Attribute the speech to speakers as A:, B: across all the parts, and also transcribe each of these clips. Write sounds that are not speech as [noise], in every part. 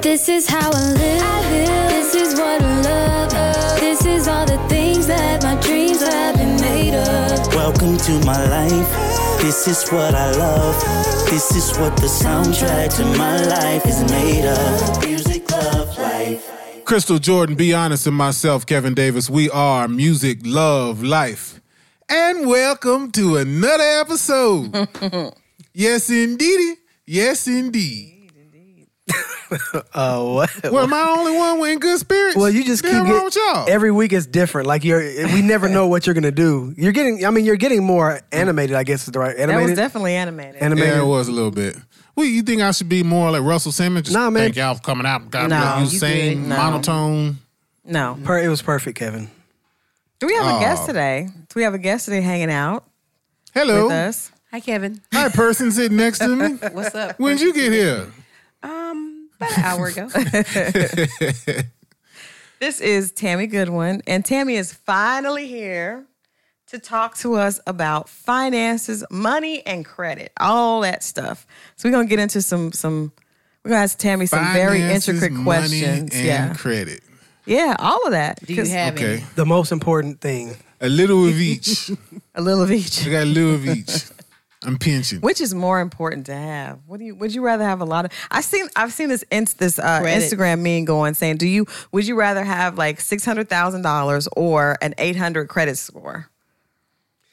A: This is how I live. This is what I love. This is all the things that my dreams have been made of.
B: Welcome to my life. This is what I love. This is what the soundtrack to my life is made of. Music, love, life.
C: Crystal Jordan, Be Honest, and myself, Kevin Davis, we are Music, Love, Life. And welcome to another episode.
D: [laughs]
C: yes, indeedy. Yes, indeed.
D: Oh, what?
C: Well, am I the only one with in good spirits?
D: Well, you just
C: Damn
D: keep
C: wrong
D: get-
C: with y'all.
D: every week is different. Like you're, we never know what you're gonna do. You're getting, I mean, you're getting more animated. I guess is the right
E: That was
D: animated.
E: definitely animated.
D: animated.
C: yeah, it was a little bit. Well, you think I should be more like Russell Simmons? Just
D: Nah, man.
C: Thank y'all for coming out. God
E: No,
C: bless you
E: you
C: same
E: good. No.
C: monotone.
E: no.
C: Mm-hmm.
D: Per- it was perfect, Kevin.
E: Do we have
C: Oh.
E: a guest today? Do we have a guest today hanging out
C: Hello.
E: with us?
F: Hi, Kevin.
C: Hi, person sitting next to
D: [laughs]
C: me.
F: What's up?
C: When'd you get here?
F: [laughs] Um, about an hour ago.
E: This is Tammy Goodwin, and Tammy is finally here to talk to us about finances, money, and credit, all that stuff. So we're gonna get into some some. We're gonna ask Tammy some very
C: Finances,
E: intricate
C: money,
E: questions.
C: and
E: yeah,
C: credit.
E: yeah, all of that.
F: Do you
E: 'Cause
F: have
C: Okay.
F: any?
D: The most important thing.
C: A little of each.
E: a little of
C: I
E: each?
C: got a little of each. I'm pinching.
E: Which is more important to have? What do you? Would you rather have a lot of? I've seen I've seen this inst, this uh,
F: Credit.
E: Instagram meme going saying, "Do you? Would you rather have like six hundred thousand dollars or an eight hundred credit score?"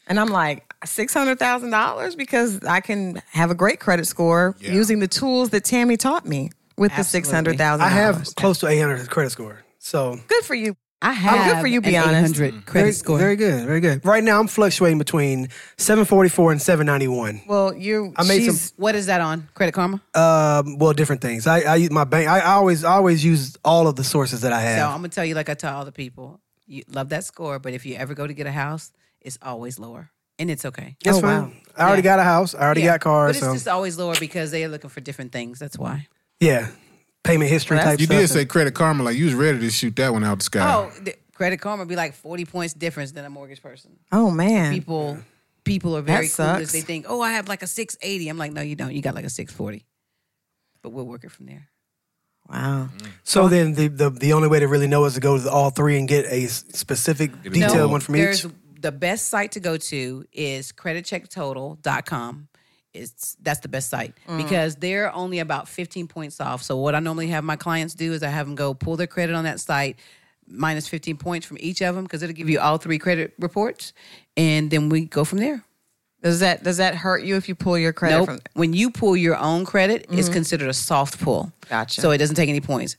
E: And I'm like six hundred thousand dollars because I can have a great credit score
C: Yeah.
E: using the tools that Tammy taught me with the six hundred thousand.
F: Absolutely.
D: I have close to 800 credit score. So
E: good for you.
F: I have
E: good for you,
F: an
E: be honest.
F: 800 credit
D: very,
F: score.
D: very good, very good. Right now, I'm fluctuating between 744 and 791.
E: Well, you.
D: I made some-
E: she's-
F: what is that on? Credit Karma?
D: Um, well, different things. I, I use my bank. I, I always, I always use all of the sources that I
F: so I'm
D: have.
F: gonna tell you, like I tell all the people, you love that score, but if you ever go to get a house, it's always lower, and it's okay.
D: That's
E: Oh,
D: fine.
E: wow.
D: I already
F: Yeah.
D: got a house. I already
F: Yeah,
D: got cars.
F: but it's
D: so
F: just always lower because they are looking for different things. That's why.
D: yeah, payment history
E: Well,
D: type
C: You
D: stuff.
C: did say credit karma, like you was ready to shoot that one out the sky.
F: Oh, the, Credit Karma be like 40 points difference than a mortgage person.
E: oh man.
F: People, people are very
E: sucks.
F: clueless. They think, oh, I have like a 680. I'm like, no, you don't. You got like a 640. But we'll work it from there.
E: Wow.
D: So then the, the the only way to really know is to go to all three and get a s- specific
C: it
D: detailed
C: all.
D: one from each.
F: there's the best site to go to is creditchecktotal.com. It's that's the best site because they're only about 15 points off. So what I normally have my clients do is I have them go pull their credit on that site minus 15 points from each of them because it'll give you all three credit reports and then we go from there.
E: Does that does that hurt you if you pull your credit
F: Nope.
E: from?
F: when you pull your own credit, it's considered a soft pull.
E: Gotcha.
F: So it doesn't take any points.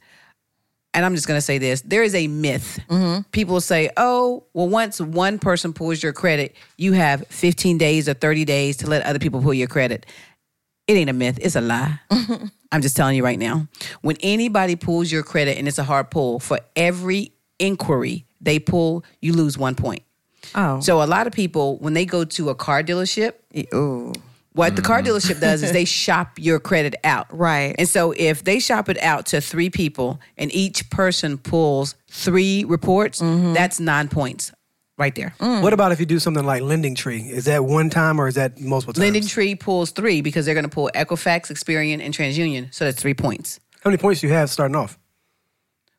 F: And I'm just going to say this there is a myth. People say, oh, well, once one person pulls your credit, you have 15 days or 30 days to let other people pull your credit. It ain't a myth, it's a lie. I'm just telling you right now. When anybody pulls your credit and it's a hard pull, for every inquiry they pull, you lose one point.
E: Oh.
F: So a lot of people, when they go to a car dealership,
E: E, Ooh.
F: what the
D: Mm.
F: car dealership does
D: [laughs]
F: is they shop your credit out.
E: Right.
F: And so if they shop it out to three people and each person pulls three reports,
E: Mm-hmm.
F: that's nine points right there.
E: Mm.
D: What about if you do something like Lending Tree? Is that one time or is that multiple times?
F: Linden Tree pulls three because they're going to pull Equifax, Experian, and TransUnion. So that's three points. Uh,
D: How many points do you have starting off?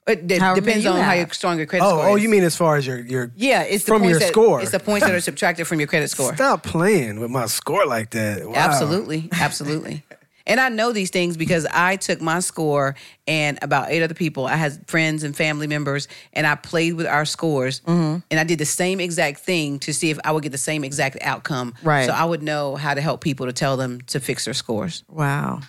F: It d-
E: However
F: depends
E: many you
F: on how
E: have.
F: your strong your credit
D: Oh,
F: score
D: oh,
F: is.
D: you mean as far as your your
F: Yeah, it's the
D: from
F: points
D: your
F: that-
D: score.
F: It's the points that are subtracted from your
D: [laughs]
F: credit score.
D: Stop playing with my score like that. Wow.
F: Absolutely, absolutely. and I know these things because I took my score and about eight other people. I had friends and family members, and I played with our scores, and I did the same exact thing to see if I would get the same exact outcome.
E: Right.
F: So I would know how to help people to tell them to fix their scores.
E: Wow.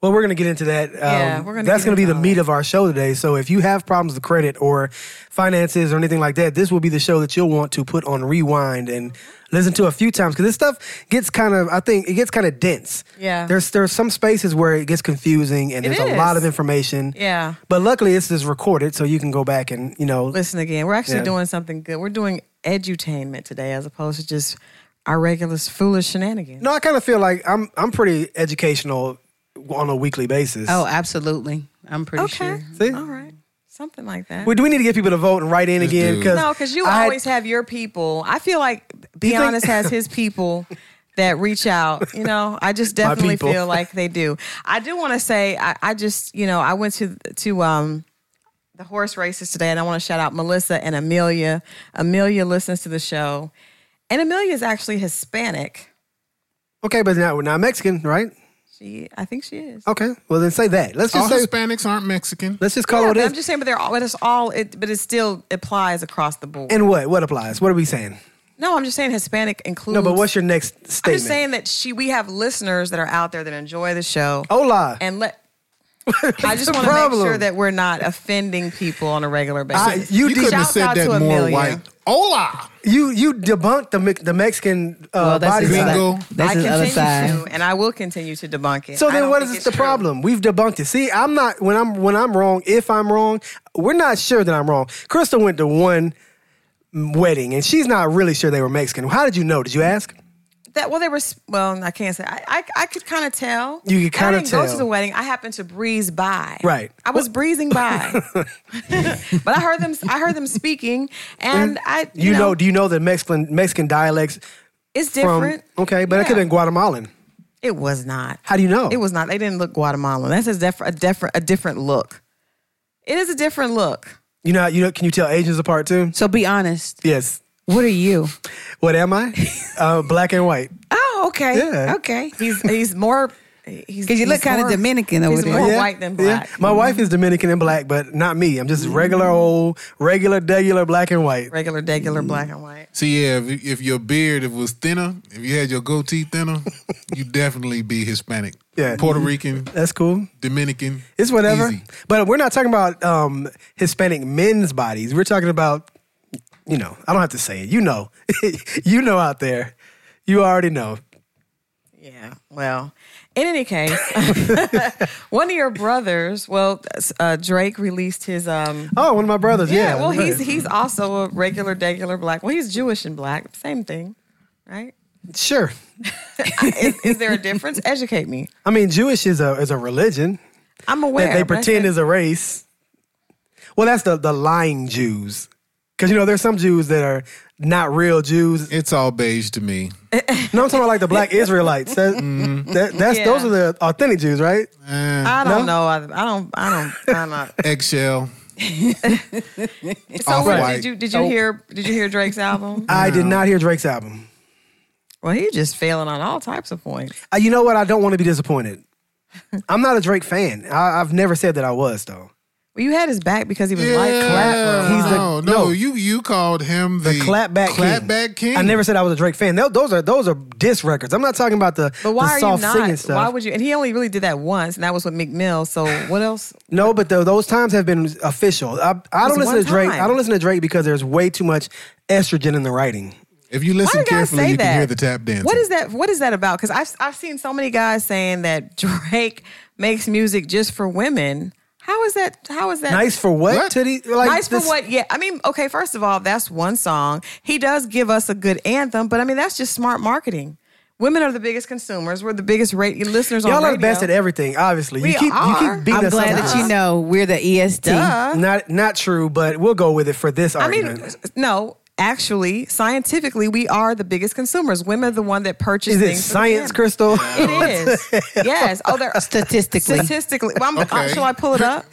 D: Well, we're gonna get into that. um,
E: Yeah, we're gonna
D: that's
E: get
D: gonna be
E: into
D: the
E: all
D: meat of our show today. So if you have problems with credit or finances or anything like that, this will be the show that you'll want to put on rewind and listen to a few times because this stuff gets kind of I think it gets kind of dense.
E: Yeah.
D: There's there's some spaces where it gets confusing and
E: It
D: there's a lot
E: is.
D: of information.
E: Yeah.
D: But luckily this is recorded, so you can go back and, you know,
E: listen again. We're actually
D: Yeah.
E: doing something good. We're doing edutainment today as opposed to just our regular foolish shenanigans.
D: No, I kind of feel like I'm I'm pretty educational on a weekly basis.
F: Oh, absolutely. I'm pretty
E: okay.
F: sure.
D: See?
E: All right. Something like that.
D: We, do we need to get people to vote and write in again?
C: do.
D: Cause
E: no, because you
D: I had-
E: always have your people. I feel like
D: [laughs]
E: Be
D: You think-
E: Honest has his people. that reach out. You know,
D: [laughs]
E: I just definitely
D: people.
E: feel like they do. I do want to say, I, I just, you know, I went to to um the horse races today, and I want to shout out Melissa and Amelia. Amelia listens to the show, and Amelia is actually Hispanic.
D: Okay, but now we're not Mexican, right?
E: She, I think she is.
D: Okay. Well, then say that. Let's
C: All
D: just say.
C: Hispanics aren't Mexican.
D: Let's just call
E: Oh, Yeah,
D: it
E: but
D: it.
E: I'm just saying, but they're all, but it's all, it, but it still applies across the board.
D: and what? What applies? What are we saying?
E: no, I'm just saying Hispanic includes.
D: No, but what's your next statement?
E: I'm just saying that she, we have listeners that are out there that enjoy the show.
D: Hola.
E: and let.
D: [laughs]
E: I just
D: the
E: want to make
D: Oh. problem?
E: sure that we're not offending people on a regular
D: I-
E: basis.
D: you
C: you
D: did-
C: couldn't have
E: Shouts out
C: said that
E: to
C: more
E: Amelia.
C: white. Hola.
D: You you debunked the Mex- the Mexican uh,
F: Well, that's
D: body
F: his
D: side.
C: Gringo.
F: side. That's
E: I
F: his other
E: continue
F: side.
E: to, and I will continue to debunk it.
D: So
E: I
D: then,
E: don't
D: what
E: think
D: is
E: it's
D: the
E: true.
D: problem? We've debunked it. See, I'm not when I'm when I'm wrong. If I'm wrong, we're not sure that I'm wrong. Crystal went to one wedding, and she's not really sure they were Mexican. How did you know? Did you ask?
E: That well, there was well, I can't say. I I, I could kind of tell.
D: You could
E: And
D: kinda
E: I didn't go
D: tell.
E: to the wedding. I happened to breeze by.
D: Right.
E: I was breezing by,
D: [laughs]
E: but I heard them. I heard them speaking, and I
D: You, know, do you know the Mexican Mexican dialects
E: it's
D: from?
E: different.
D: Okay, but that
E: Yeah.
D: could have been Guatemalan.
E: It was not.
D: How do you know?
E: It was not. They didn't look Guatemalan. That's a different, a different, a different look. It is a different look.
D: You know, you know. Can you tell Asians apart too?
F: So be honest.
D: Yes.
F: What are you?
D: What am
E: [laughs]
D: I? uh, black and white.
F: Oh, okay.
D: Yeah.
F: Okay.
E: He's he's more. Because
F: you look kinda Dominican over
E: he's
F: there.
E: more
F: Yeah,
E: white than black. Mm-hmm.
D: My wife is Dominican and black, but not me. I'm just regular old, regular, regular black and white.
E: Regular, regular, black and white.
C: See, yeah, if, if your beard if was thinner, if you had your goatee thinner, you definitely be Hispanic.
D: Yeah.
C: Puerto Rican,
D: That's cool.
C: Dominican.
D: It's whatever.
C: Easy.
D: But we're not talking about um, Hispanic men's bodies. We're talking about, you know, I don't have to say it. You know, [laughs] you know out there. You already know.
E: Yeah. Well, in any case, [laughs] one of your brothers, well, uh, Drake released his. um
D: Oh, one of my brothers. Yeah.
E: Yeah. Well, he's
D: right.
E: he's also a regular, regular black. Well, he's Jewish and black. Same thing, right?
D: sure.
E: is, is there a difference? Educate me.
D: I mean, Jewish is a is a religion
E: I'm aware.
D: that they
E: but I
D: pretend
E: said-
D: is a race. Well, that's the the lying Jews, because you know there's some Jews that are not real Jews.
C: It's all beige to me.
D: No, I'm talking about like the black Israelites. That, that, that's
E: Yeah.
D: those are the authentic Jews, right?
C: Eh,
E: I don't know. I, I don't. I don't. I'm not.
C: eggshell.
E: So what,
C: Off-white.
E: did you did you hear did you hear Drake's
D: [laughs]
E: album?
D: I did not hear Drake's album.
E: well, he just failing on all types of points.
D: Uh, you know what? I don't want to be
E: [laughs]
D: disappointed. I'm not a Drake fan. I, I've never said that I was though.
E: Well, you had his back because he was
C: Yeah,
E: like clap.
D: He's the-
C: no, no,
D: no.
C: You you called him the,
D: The clapback,
C: clapback king.
D: I never said I was a Drake fan. Tho- Those are those are diss records. I'm not talking about the,
E: But why
D: the
E: are you
D: soft singing
E: not?
D: stuff.
E: Why would you? And he only really did that once, and that was with McMill. So
D: [laughs]
E: what else?
D: No, but tho- those times have been official. I, I don't
E: was
D: listen
E: one
D: to Drake.
E: time.
D: I don't listen to Drake because there's way too much estrogen in the writing.
C: If you
E: Why
C: listen
E: do guys
C: carefully,
E: say
C: you
E: that?
C: can hear the tap dance.
E: What is that? What is that about? Because I've I've seen so many guys saying that [laughs] Drake makes music just for women. How is that? How is that?
D: Nice for what?
C: What?
D: Titty? Like
E: nice
D: this-
E: for what? Yeah, I mean, okay. First of all, that's one song. He does give us a good anthem, but I mean, that's just smart marketing. Women are the biggest consumers. We're the biggest rate listeners on
D: Y'all are the
E: radio.
D: best at everything. Obviously,
E: We
D: you keep you
E: are.
D: keep beating
F: I'm
D: us
F: glad
D: up.
F: that you know we're the E
D: [laughs]
F: EST.
D: Not not true, but we'll go with it for this
E: I
D: argument.
E: mean, no. Actually, scientifically, we are the biggest consumers. Women are the one that purchase.
D: Is it
E: things for the
D: science, [laughs]
E: family.
D: Crystal?
E: It is. yes. Oh, they're
F: Statistically.
E: statistically. Well, I'm, uh,
C: Okay.
E: shall I pull
D: [laughs]
E: it up?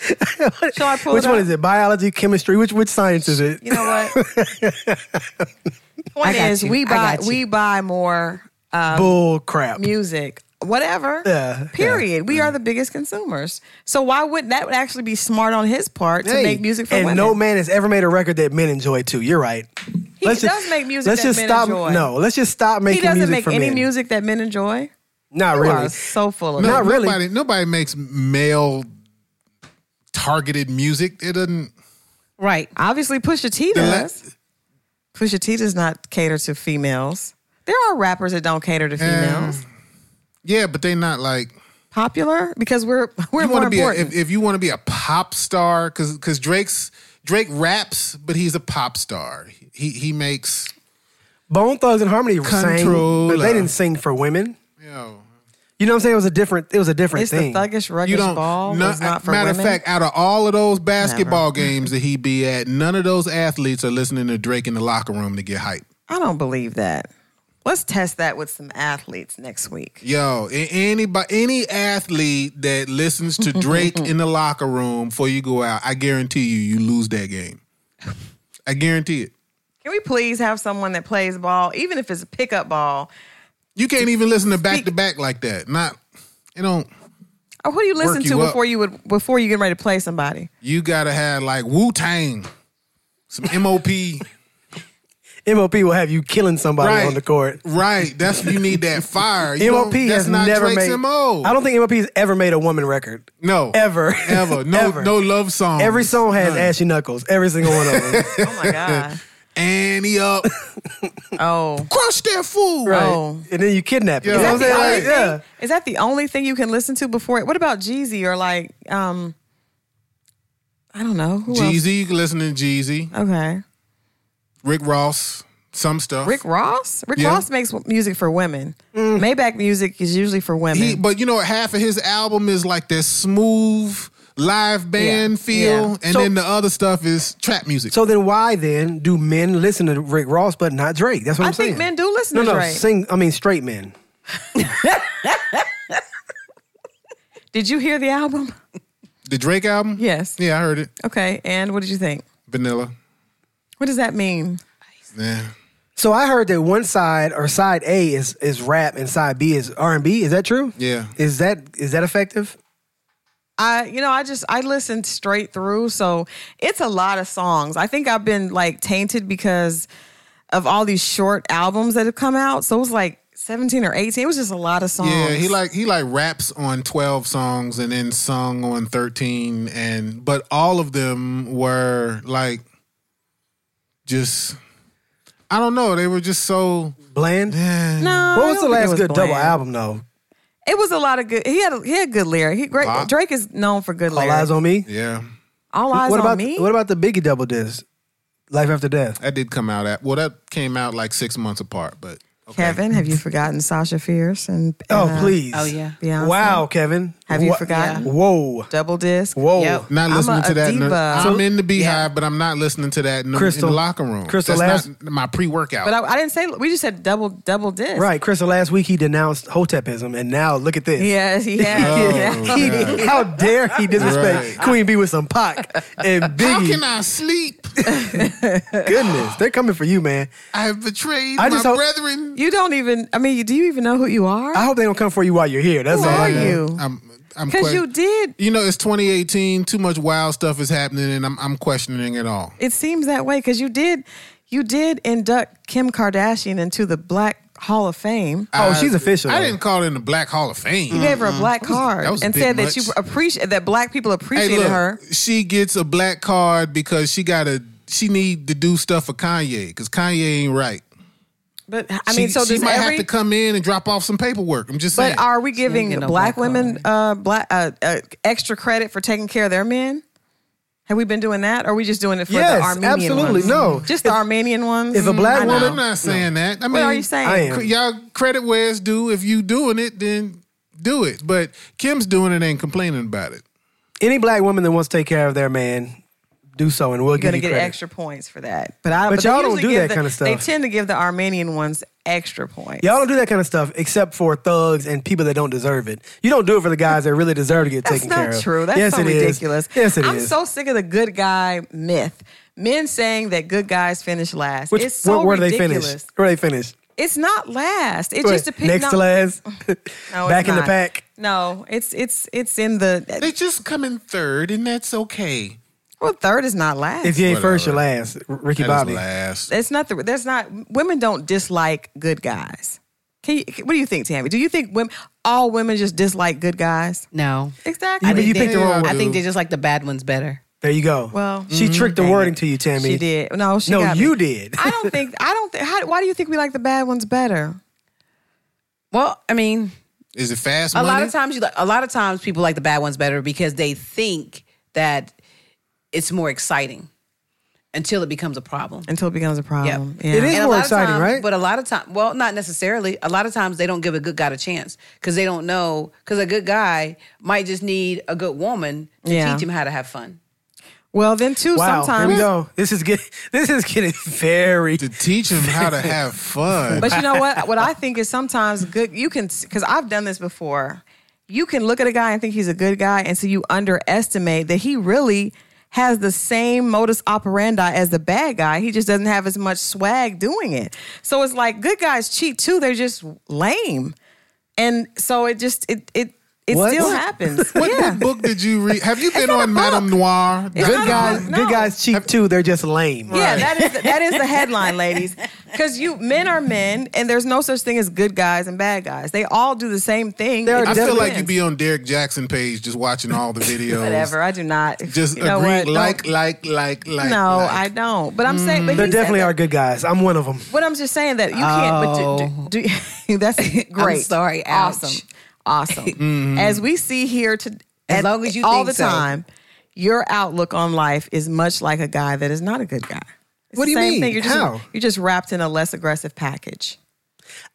E: Shall I pull
D: Which
E: it
D: one
E: up?
D: is it? Biology, chemistry? Which which science is it?
E: You know what?
D: [laughs]
E: Point
F: got
E: is,
F: you. I
E: we buy
F: got you.
E: we buy more
D: Bull crap.
E: um, music, whatever.
D: Yeah,
E: Period. We are the biggest consumers. So why wouldn't that would actually be smart on his part to
D: Hey,
E: make music for
D: and
E: women?
D: no man has ever made a record that men enjoy too. You're right.
E: He does make music
D: Let's
E: that
D: just
E: men
D: stop.
E: enjoy.
D: No, let's just stop
E: he
D: making
E: doesn't
D: music
E: make
D: for
E: any
D: men.
E: music that men enjoy.
D: Not
E: You
D: really.
E: are so full of
C: No,
E: it.
D: Not really.
C: Nobody, nobody makes male targeted music. It doesn't.
F: Right.
E: Obviously, Pusha T does. Pusha T does not cater to females. There are rappers that don't cater to females.
C: Yeah, but they not like.
E: Popular because we're [laughs] we're
C: you want
E: more
C: to be a, if,
E: important.
C: if you want to be a pop star because because Drake's Drake raps, but he's a pop star. He he makes
D: Bone Thugs and Harmony sang, but
C: Controller.
D: they didn't sing for women.
C: you know.
D: You know what I'm saying? It was a different. It was a different
E: it's
D: thing.
E: the thuggish,
C: You
E: ruggish
C: don't.
E: ball.
C: no-
E: was not for
C: matter
E: women.
C: of fact, out of all of those basketball games that he be at, none of those athletes are listening to Drake in the locker room to get hype.
E: I don't believe that. Let's test that with some athletes next week.
C: Yo, a- anybody, any athlete that listens to
E: [laughs]
C: Drake in the locker room before you go out, I guarantee you, you lose that game. I guarantee it.
E: Can we please have someone that plays ball, even if it's a pickup ball?
C: You can't even listen to back to back like that. Not, you know,
E: Or who do you listen
C: Work you
E: to
C: up.
E: before you would before you get ready to play somebody?
C: you gotta have like Wu Tang, some MOP.
E: [laughs]
D: MOP will have you killing somebody
C: Right.
D: on the court.
C: right, that's you need that fire. You
D: MOP
C: don't- that's
D: has
C: not
D: never
C: Drake's
D: made.
C: MO.
D: I don't think MOP has ever made a woman record.
C: no
D: Ever.
C: ever no
D: Ever.
C: no love song.
D: Every song has ashy knuckles. Every single one of them.
C: [laughs]
E: Oh my god!
C: Annie up,
E: Oh.
C: crush that fool.
E: Oh.
D: And then you kidnap. Him.
C: Yeah.
D: You know
E: Is
D: what
E: that
D: I'm
E: the
D: saying?
E: only
D: Like, yeah.
E: thing- Is that the only thing you can listen to before it? What about Jeezy or like um I don't know. Who else?
C: Jeezy, you can listen to Jeezy,
E: Okay.
C: Rick Ross, some stuff.
E: Rick Ross? Rick
C: Yeah. Mm.
E: Ross makes music for women. Maybach music is usually for women.
C: He, but you know, what? half of his album is like that smooth live band
E: Yeah,
C: feel,
E: yeah.
C: and
D: So-
C: then the other stuff is trap music.
D: So then, why then do men listen to Rick Ross but not Drake? That's what
E: I
D: am saying.
E: think men do listen
D: No,
E: to
D: no,
E: Drake.
D: sing. I mean, straight men.
E: Did you hear the album?
C: the Drake album,
E: Yes.
C: yeah, I heard it.
E: Okay. And what did you think?
C: Vanilla,
E: What does that mean?
C: yeah.
D: So I heard that one side or side A is is rap and side B is R and B. Is that true?
C: Yeah.
D: Is that is that effective?
E: I, you know, I just I listened straight through, so it's a lot of songs. I think I've been like tainted because of all these short albums that have come out. So it was like seventeen or eighteen. It was just a lot of songs.
C: Yeah, he like he like raps on twelve songs and then sung on thirteen, and but all of them were like just I don't know, they were just so
D: Bland.
E: No, I
D: What was
E: don't
D: the
E: think it
D: last
E: was
D: good double
E: bland.
D: album though?
E: It was a lot of good. He had a, he had good lyric. He great.
C: Pop.
E: Drake is known for good
D: All
E: lyrics.
D: eyes on me.
C: yeah.
E: All eyes
D: what
E: on
D: about
E: me.
D: what about the Biggie double disc? Life after death.
C: That did come out at well, that came out like six months apart, but okay.
E: Kevin, have you forgotten Sasha Fierce and
D: [laughs] Oh
E: uh,
D: please.
F: Oh, yeah.
E: Beyonce?
D: Wow, Kevin.
E: Have you
D: Wha-
E: forgotten?
D: Whoa.
E: double disc?
D: Whoa.
F: Yep.
C: Not
E: I'm
C: listening
E: a-
C: to
E: a
C: that. in the-
E: diva.
C: I'm in the beehive, but I'm not listening to that in the, in the
D: Crystal-
C: locker room.
D: Crystal
C: That's
D: last-
C: not my pre-workout.
E: But I, I didn't say. We just said double double disc.
D: Right, Crystal. Last week he denounced hotepism, and now look at this.
E: [laughs] Yes, he has.
C: Oh,
D: [laughs] He-
C: God.
D: how dare he disrespect
C: Right.
D: Queen B with some Pac and
C: How can
D: Biggie?
C: I sleep?
D: Goodness, they're coming for you, man.
C: I have betrayed
D: I
C: my
D: just hope-
C: brethren.
E: You don't even. I mean, do you even know who you are?
D: I hope they don't come for you while you're here. That's
E: Who
D: all.
E: are
D: I know.
E: you?
C: I'm, I'm
E: Because
C: que-
E: you did.
C: You know, it's 2018. Too much wild stuff is happening, and I'm, I'm questioning it all.
E: It seems that way because you did. You did induct Kim Kardashian into the Black Hall of Fame.
D: Oh,
C: I-
D: she's official.
C: I didn't call in the Black Hall of Fame.
E: You gave her a black card
C: that was a
E: and
C: bit
E: said
C: much.
E: that you appreciate that black people appreciated
C: look,
E: her.
C: She gets a black card because she got to she need to do stuff for Kanye because Kanye ain't right.
E: But I mean,
C: she,
E: so
C: she
E: does
C: might
E: every.
C: have to come in and drop off some paperwork. I'm just saying.
E: but are we giving
F: get no
E: black
F: black
E: women uh, black uh, uh, extra credit for taking care of their men? Have we been doing that, or are we just doing it for
D: Yes,
E: the Armenian
D: absolutely.
E: ones?
D: No.
E: just the Armenian ones. Mm-hmm.
D: if a black
E: I
C: Well,
E: know.
C: I'm not saying that. I mean,
E: what are you saying?
D: I am.
C: cr- Y'all credit where it's due. If you doing it, then do it. But Kim's doing it and complaining about it.
D: Any black woman that wants to take care of their man, do so, and we'll
E: You're
D: give
E: gonna
D: you
E: get
D: credit.
E: extra points for that. But I
D: But
E: they
D: y'all don't
E: usually
D: do
E: give
D: that
E: the-
D: kinda stuff.
E: They tend to give the Armenian ones extra points.
D: Y'all don't do that kind of stuff except for thugs and people that don't deserve it. You don't do it for the guys that really deserve to get
E: That's
D: taken care
E: not
D: of.
E: true. That's
D: yes,
E: so
D: it is.
E: ridiculous.
D: Yes, it is.
E: I'm so sick of the good guy myth. Men saying that good guys finish last.
D: Which,
E: it's so
D: where, where do they
E: ridiculous.
D: finish? Where do they finish?
E: It's not last. It
D: Where-
E: just depends.
D: Next
E: [laughs] no,
D: to last.
E: no, it's
D: Back in the
E: not.
D: pack.
E: No, it's it's it's in the
C: They just come in third, and that's okay.
E: well third is not last.
D: If you ain't first, you're
C: Whatever.
D: last. R- Ricky
C: That
D: Bobby.
C: is last.
E: it's not the there's not women don't dislike good guys. Can you, what do you think, Tammy? Do you think women all women just dislike good guys?
F: No.
E: Exactly.
D: I think you picked the wrong
C: Yeah.
F: I
D: one.
F: think they just like the bad ones better.
D: There you go.
E: Well, Mm,
D: she tricked the wording to you, Tammy.
E: She did. No, she
D: No,
E: got me.
D: you did.
E: I don't think. I don't think. How, why do you think we like the bad ones better?
F: Well, I mean,
C: Is it fast
F: a
C: money?
F: lot of times you like, a lot of times people like the bad ones better because they think that it's more exciting until it becomes a problem.
E: Until it becomes a problem.
F: Yep.
E: Yeah.
D: It is
F: And a
D: more
F: lot of
D: exciting,
F: time-
D: right?
F: But a lot of time, well, not necessarily. A lot of times they don't give a good guy a chance because they don't know. Because a good guy might just need a good woman to
E: Yeah.
F: teach him how to have fun.
E: Well, then too,
D: Wow,
E: sometimes.
D: here we go. This is getting [laughs] this is getting very
C: to teach them how to
E: [laughs]
C: have fun.
E: But you know
D: [laughs]
E: what? What I think is sometimes good. You can because I've done this before. You can look at a guy and think he's a good guy, and so you underestimate that he really has the same modus operandi as the bad guy. He just doesn't have as much swag doing it. So it's like good guys cheat too. They're just lame, and so it just it it it
D: What? [laughs]
E: still
D: What?
E: happens.
C: what,
E: yeah.
C: what book did you read? Have you been on Madame Noir?
E: It's not
D: good
E: a
D: guys.
E: book, no.
D: Good guys cheap too. They're just lame.
E: Yeah, that is the, that is the headline, [laughs] ladies. Because you men are men, and there's no such thing as good guys and bad guys. They all do the same thing.
D: There
E: It
D: are
C: I
E: just
C: feel like
E: depends.
C: you'd be on Derek Jackson page just watching all
E: [laughs]
C: the videos.
E: whatever. I do not
C: Just
E: you know
C: agree,
E: what? Don't-
C: like, like, like, like.
E: no,
C: like.
E: I don't. But I'm saying, but
D: There
E: he
D: definitely
E: said
D: are good guys. I'm one of them.
E: That, but I'm just saying that you can't. But do, do, do, [laughs] that's great.
F: sorry. Ouch.
E: Awesome. [laughs] Awesome. As we see here to
F: As
E: at-
F: long as you
E: all
F: think
E: the
F: so.
E: time, your outlook on life is much like a guy that is not a good guy. It's
D: What
E: the
D: do you
E: same
D: mean?
E: Thing. You're just,
D: How?
E: You're just wrapped in a less aggressive package.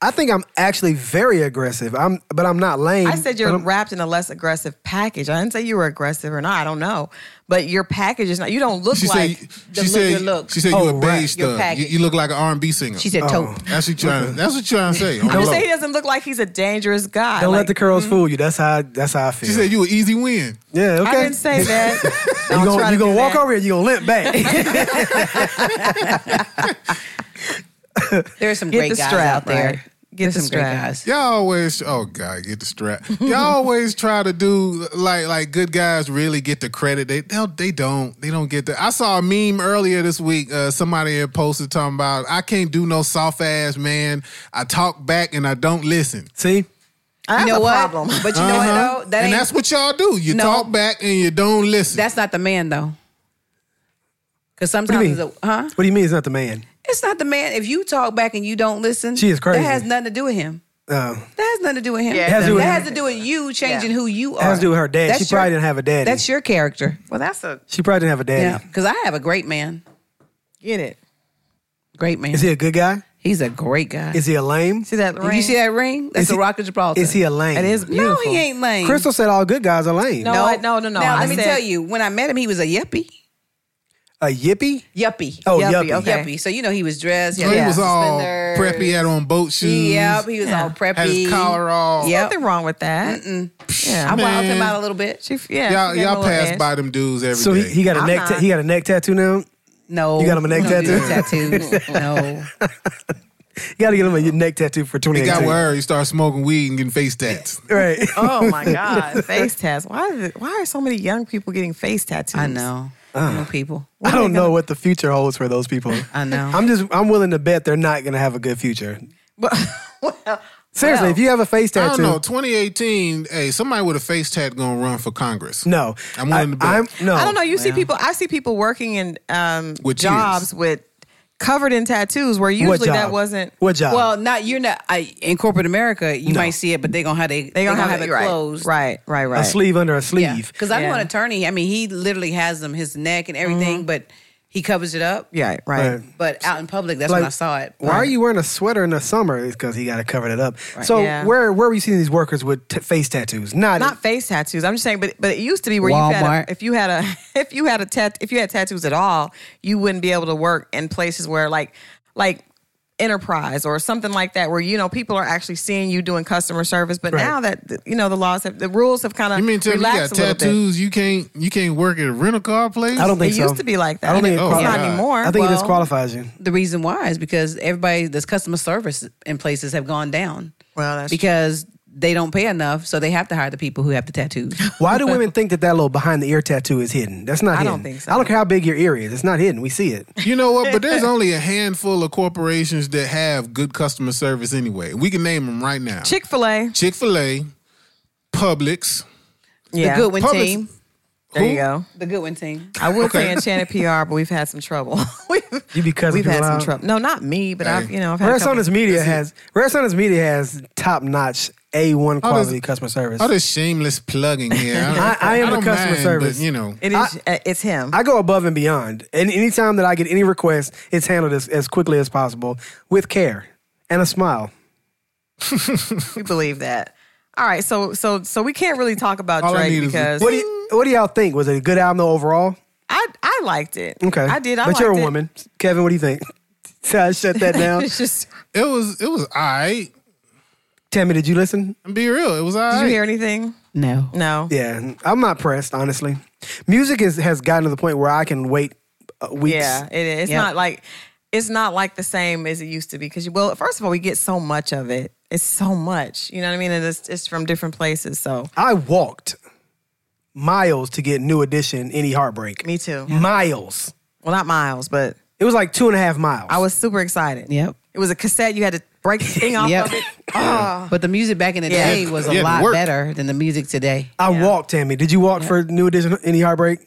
D: I think I'm actually very aggressive. I'm, but I'm not lame.
E: I said
D: But
E: you're
D: I'm-
E: wrapped in a less aggressive package. I didn't say you were aggressive or not. I don't know, but your package is not. You don't look
C: She
E: like.
C: said.
F: the
C: She
F: look- your
C: said.
F: look.
C: She said you
D: Oh,
C: a beige
D: right.
F: Your
C: thug. You,
F: package.
C: you look like an R and B singer.
F: She said,
E: Oh.
F: "Tote."
C: That's what you trying. To, that's what you trying to say. on
E: [laughs] I'm
C: the
E: saying
C: low.
E: he doesn't look like he's a dangerous guy.
D: Don't
E: Like,
D: let the curls fool you. That's how. I, that's how I feel.
C: She said you an easy win.
D: yeah. Okay.
E: I didn't say
F: [laughs]
E: that.
D: you
E: Don't
D: gonna,
E: try to
D: you gonna
E: do
D: walk
E: that.
D: over here. You gonna limp back.
E: [laughs]
D: [laughs]
F: There are some
E: Get
F: great
E: the
F: guys
E: strap,
F: out there.
E: right. Get
F: There's
E: the
F: some great
E: strap.
F: guys.
C: Y'all always, oh god, get the strap. Y'all always try to do like like good guys really get the credit. They they they don't they don't get the. I saw a meme earlier this week. Uh, somebody had posted talking about I can't do no soft ass man. I talk back and I don't listen.
D: See.
E: That's
F: You know
E: a
F: what?
E: problem.
F: But you know
C: Uh-huh.
F: what though? That
C: and
F: ain't
C: that's what y'all do. You
F: No.
C: talk back and you don't listen.
F: that's not the man though. Because sometimes,
D: mean?
F: it's a- huh?
D: What do you mean it's not the man?
F: It's not the man. If you talk back and you don't listen,
D: She is crazy.
F: That has nothing to do with him.
D: Oh.
F: That has nothing to do with him.
E: Yeah,
D: It has to do
F: that
D: with-
F: has to do with you changing
E: Yeah.
F: who you are.
D: has to do with her dad. She probably didn't have a daddy.
F: That's your character.
E: well, that's a
D: She probably didn't have a
F: Yeah.
D: daddy.
F: Because I have a great man.
E: get it.
F: Great man.
D: Is he a good guy?
F: He's a great guy.
D: Is he a lame?
E: See that
F: If
E: ring?
F: you see that ring? That's
D: Is
F: the
D: he-
F: Rock of Gibraltar.
D: Is he a lame?
E: It is
F: No,
E: beautiful.
F: he ain't lame.
D: Crystal said all good guys are lame.
E: No, I- no, no, no.
F: Now,
E: I
F: let me
E: said-
F: tell you, when I met him, he was a yuppie.
D: A yippie?
F: Yuppie.
D: Oh,
E: Yuppie,
D: yuppie.
E: okay.
F: Yuppie. So, you know, he was dressed.
C: So he
E: Yeah.
C: was all
F: suspenders.
C: preppy, had on boat shoes.
F: Yep, he was all preppy.
C: had his collar off.
F: Yep.
E: Nothing wrong with that. Yeah,
F: I
E: I-
F: wowed
C: Man.
F: him out a little bit.
E: she, yeah.
C: Y'all,
E: she gave him a
C: y'all
E: little
C: pass
E: edge.
C: by them dudes every day.
D: So he, he got a
E: I'm
D: neck ta-
E: not.
D: he got a neck tattoo now.
F: No.
D: You got him a neck
F: We don't do
D: tattoo? [laughs]
F: tattoos. no.
D: You got to get him a neck tattoo for
C: He
D: 2018.
C: got where he started smoking weed and getting face tats.
D: Right.
E: [laughs] Oh my God, [laughs] face tats. Why? Is it, why are so many young people getting face tattoos?
F: I know.
D: Uh,
F: I know people.
D: [laughs] I don't know what the future holds for those people.
F: I know.
D: I'm just I'm willing to bet they're not going to have a good future.
E: But, well,
D: Seriously,
E: well,
D: if you have a face
C: I
D: tattoo,
C: don't know. 2018. Hey, somebody with a face tat gonna run for Congress.
D: no.
C: I'm willing to bet.
D: I'm- no.
E: [laughs] I don't know. You see people. I see people working in um,
C: With
E: jobs
C: tears.
E: with covered in tattoos. Where
D: What
E: usually
D: job?
E: that wasn't.
D: What job?
F: Well, not you're not I, in corporate America. You might see it, but they're gonna have they,
E: They
F: they
E: don't
F: gonna
E: have,
F: have,
E: it
F: it
E: right.
F: closed.
E: Right, right, right.
D: a sleeve under a
F: Yeah.
D: sleeve.
F: Because I know
E: Yeah. Mm-hmm.
F: an attorney. I mean, he literally has them his neck and everything, but he covers it up.
E: Yeah, right.
D: Right.
F: But out in public, that's when I saw it.
D: Why are you wearing a sweater in the summer? It's because he got to cover it up. So
E: Yeah.
D: where where were you seeing these workers with t- face tattoos? Not,
E: Not face tattoos. I'm just saying, but but it used to be where you
F: Walmart.
E: had a, if you had a [laughs] if you had a tat if you had tattoos at all, you wouldn't be able to work in places where like like enterprise or something like that where you know people are actually seeing you doing customer service. But
D: Right.
E: now that you know the laws have the rules have kind of
C: You mean tell me you got
E: relaxed a little bit.
C: tattoos? You can't you can't work at a rental car place?
D: I don't think
E: It
D: so.
E: used to be like that.
D: I don't think it
C: Oh,
E: it's not
C: God.
E: anymore.
D: I think it
E: Well,
D: disqualifies you.
F: The reason why is because everybody, this customer service in places have gone down
E: Well, that's
F: because they don't pay enough, so they have to hire the people who have the tattoos.
D: Why do
E: [laughs]
D: women think that that little behind the ear tattoo is hidden? That's not
E: I
D: hidden.
E: don't think so.
D: I don't care how big your ear is. It's not hidden. We see it.
C: You know what? But there's
E: [laughs]
C: only a handful of corporations that have good customer service anyway. We can name them right now.
E: Chick Fil A.
C: Chick Fil A, Publix.
E: Yeah,
F: The Goodwin
C: Publix-
F: team.
E: there you
C: Who?
E: go.
F: The Goodwin team.
E: I would
C: Okay.
E: say enchanted PR, but we've had some trouble. [laughs] we've,
D: You be cussing
E: we've had
D: people
E: some
D: out.
E: trouble. No, not me, but I've
C: Hey.
E: you know I've had. a
D: Rare
E: couple-
D: Sonas Media has Rare Sonas Media has top notch A one
C: All this-
D: quality customer service.
C: All this shameless plugging here.
E: [laughs]
D: I- I am a
C: don't
D: customer
C: mind,
D: service.
C: but, you know.
E: It is. uh, it's him.
D: I go above and beyond, and anytime that I get any request, it's handled as, as quickly as possible with care and a smile.
E: we believe that. All right, so so so we can't really talk about
C: All I
E: Drake
C: need is a-
E: because
D: What do you, what do y'all think? Was it a good album though overall?
E: I I liked it.
D: Okay.
E: I did. I
D: but you're a
E: liked it.
D: woman. Kevin, what do you think? [laughs] Should I shut that down?
E: [laughs] It's just.
C: It was it was alright.
D: Tammy, did you listen?
C: And be real, it was
E: Did
C: alright.
E: you hear anything?
F: No.
E: No.
D: Yeah, I'm not pressed, honestly. Music is, has gotten to the point where I can wait uh, weeks.
E: Yeah, it is. It's
F: Yep.
E: not like it's not like the same as it used to be because well, first of all, we get so much of it. It's so much. You know what I mean? And it's it's from different places. So
D: I walked miles to get New Edition, Any Heartbreak.
E: me too.
D: Miles.
E: Well, not miles, but
D: It was like two and a half miles.
E: I was super excited.
F: Yep.
E: It was a cassette. You had to break the thing off
F: Yep.
E: of it. Oh.
F: But the music back in the
E: Yeah.
F: day was a
C: Yeah, it
F: lot
C: worked.
F: better than the music today.
D: I walked, Tammy. Did you walk for New Edition, Any Heartbreak?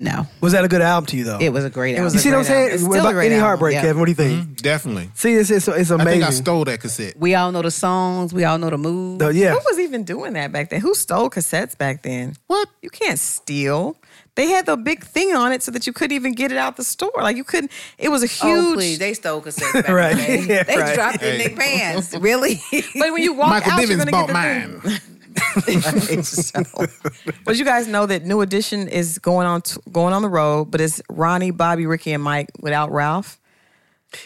F: No.
D: Was that a good album to you, though?
F: It was a great album.
E: was
D: You
E: a
D: see what I'm
E: great album.
D: saying?
E: It's
D: What
E: still a
D: about
E: great
D: Any
E: album,
D: Heartbreak,
F: yeah.
D: Kevin. What do you think?
C: Definitely.
D: See, it's, it's, it's
C: Mm-hmm. I
D: amazing.
C: think I stole that cassette.
F: we all know the songs. We all know the moves.
D: Though, yeah.
E: Who was even doing that back then? Who stole cassettes back then?
C: What?
E: You can't steal. They had the big thing on it so that you couldn't even get it out the store. Like you couldn't. It was a huge.
F: Oh, please. They stole cassettes back in the
D: Right.
F: day.
D: [laughs] Yeah,
F: they
D: right.
F: dropped in
C: Hey.
F: their pants. Really?
E: But when you walk
C: Michael
E: out,
C: Bivins
E: you're gonna
C: bought
E: get the thing.
C: mine.
E: [laughs] But you guys know that New Edition is going on t- going on the road, but it's Ronnie, Bobby, Ricky, and Mike without Ralph.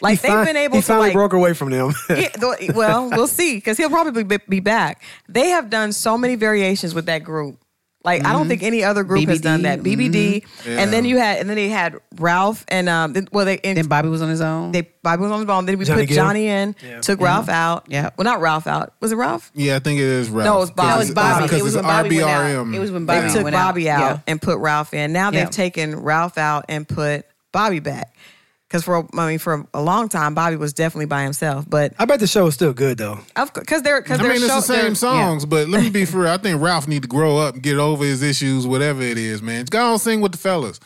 E: Like they've
D: Fin-
E: been able
D: he
E: to
D: finally
E: like,
D: broke away from them.
F: [laughs]
E: Yeah, though- well, we'll see because he'll probably be, be back. They have done so many variations with that group. Like I
F: Mm-hmm.
E: don't think any other group has
F: BBD,
E: done that. BBD,
F: mm-hmm.
C: Yeah.
E: and then you had, and then they had Ralph and um, th- well they and
F: then Bobby was on his own.
E: they Bobby was on the ball. and Then we
D: Johnny
E: put
D: Gill?
E: Johnny in, took Ralph out.
F: Yeah.
E: well not Ralph out. Was it Ralph?
C: Yeah, I think it is Ralph.
E: No, it was Bobby.
F: that was Bobby.
C: Because
F: it was
C: it's
F: when Bobby went out.
C: RBRM.
F: It was when
C: They
F: Bobby
E: They took
F: went
E: Bobby out,
F: Yeah.
E: and put Ralph in. Now they've
F: Yeah.
E: taken Ralph out and put Bobby back. Because for a- I mean, for a long time, Bobby was definitely by himself. But
D: [laughs] I bet the show is still good, though.
E: of because they're because
C: I
E: they're
C: mean, it's the
E: show-
C: same
E: they're-
C: songs, but let me be for real. I think Ralph need to grow up, and get over his issues, whatever it is, man. Go on, sing with the fellas.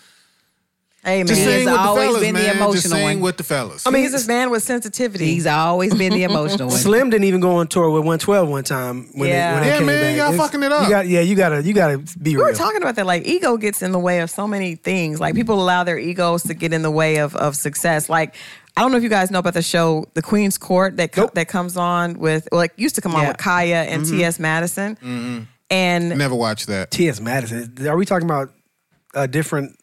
E: Hey man,
C: Just
F: has
C: sing with the
F: always
C: fellas,
F: been the
C: man. Just
F: emotional
C: sing
F: one.
C: with the fellas.
E: I mean, he's this man with sensitivity.
F: He's always been the
D: [laughs]
F: emotional one.
D: Slim didn't even go on tour with 112 one time when
E: Yeah.
D: they, when they
C: Yeah,
D: came
C: man,
D: back.
C: y'all
D: It's-
C: fucking it up.
D: You got, yeah, you gotta you gotta be
E: we
D: real.
E: were talking about that. Like ego gets in the way of so many things. Like people allow their egos to get in the way of of success. Like I don't know if you guys know about the show The Queen's Court that co- that comes on with well, it used to come on
F: Yeah.
E: with Kaya and T.S. Madison. And
C: Never watched that.
D: T.S. Madison. Are we talking about a different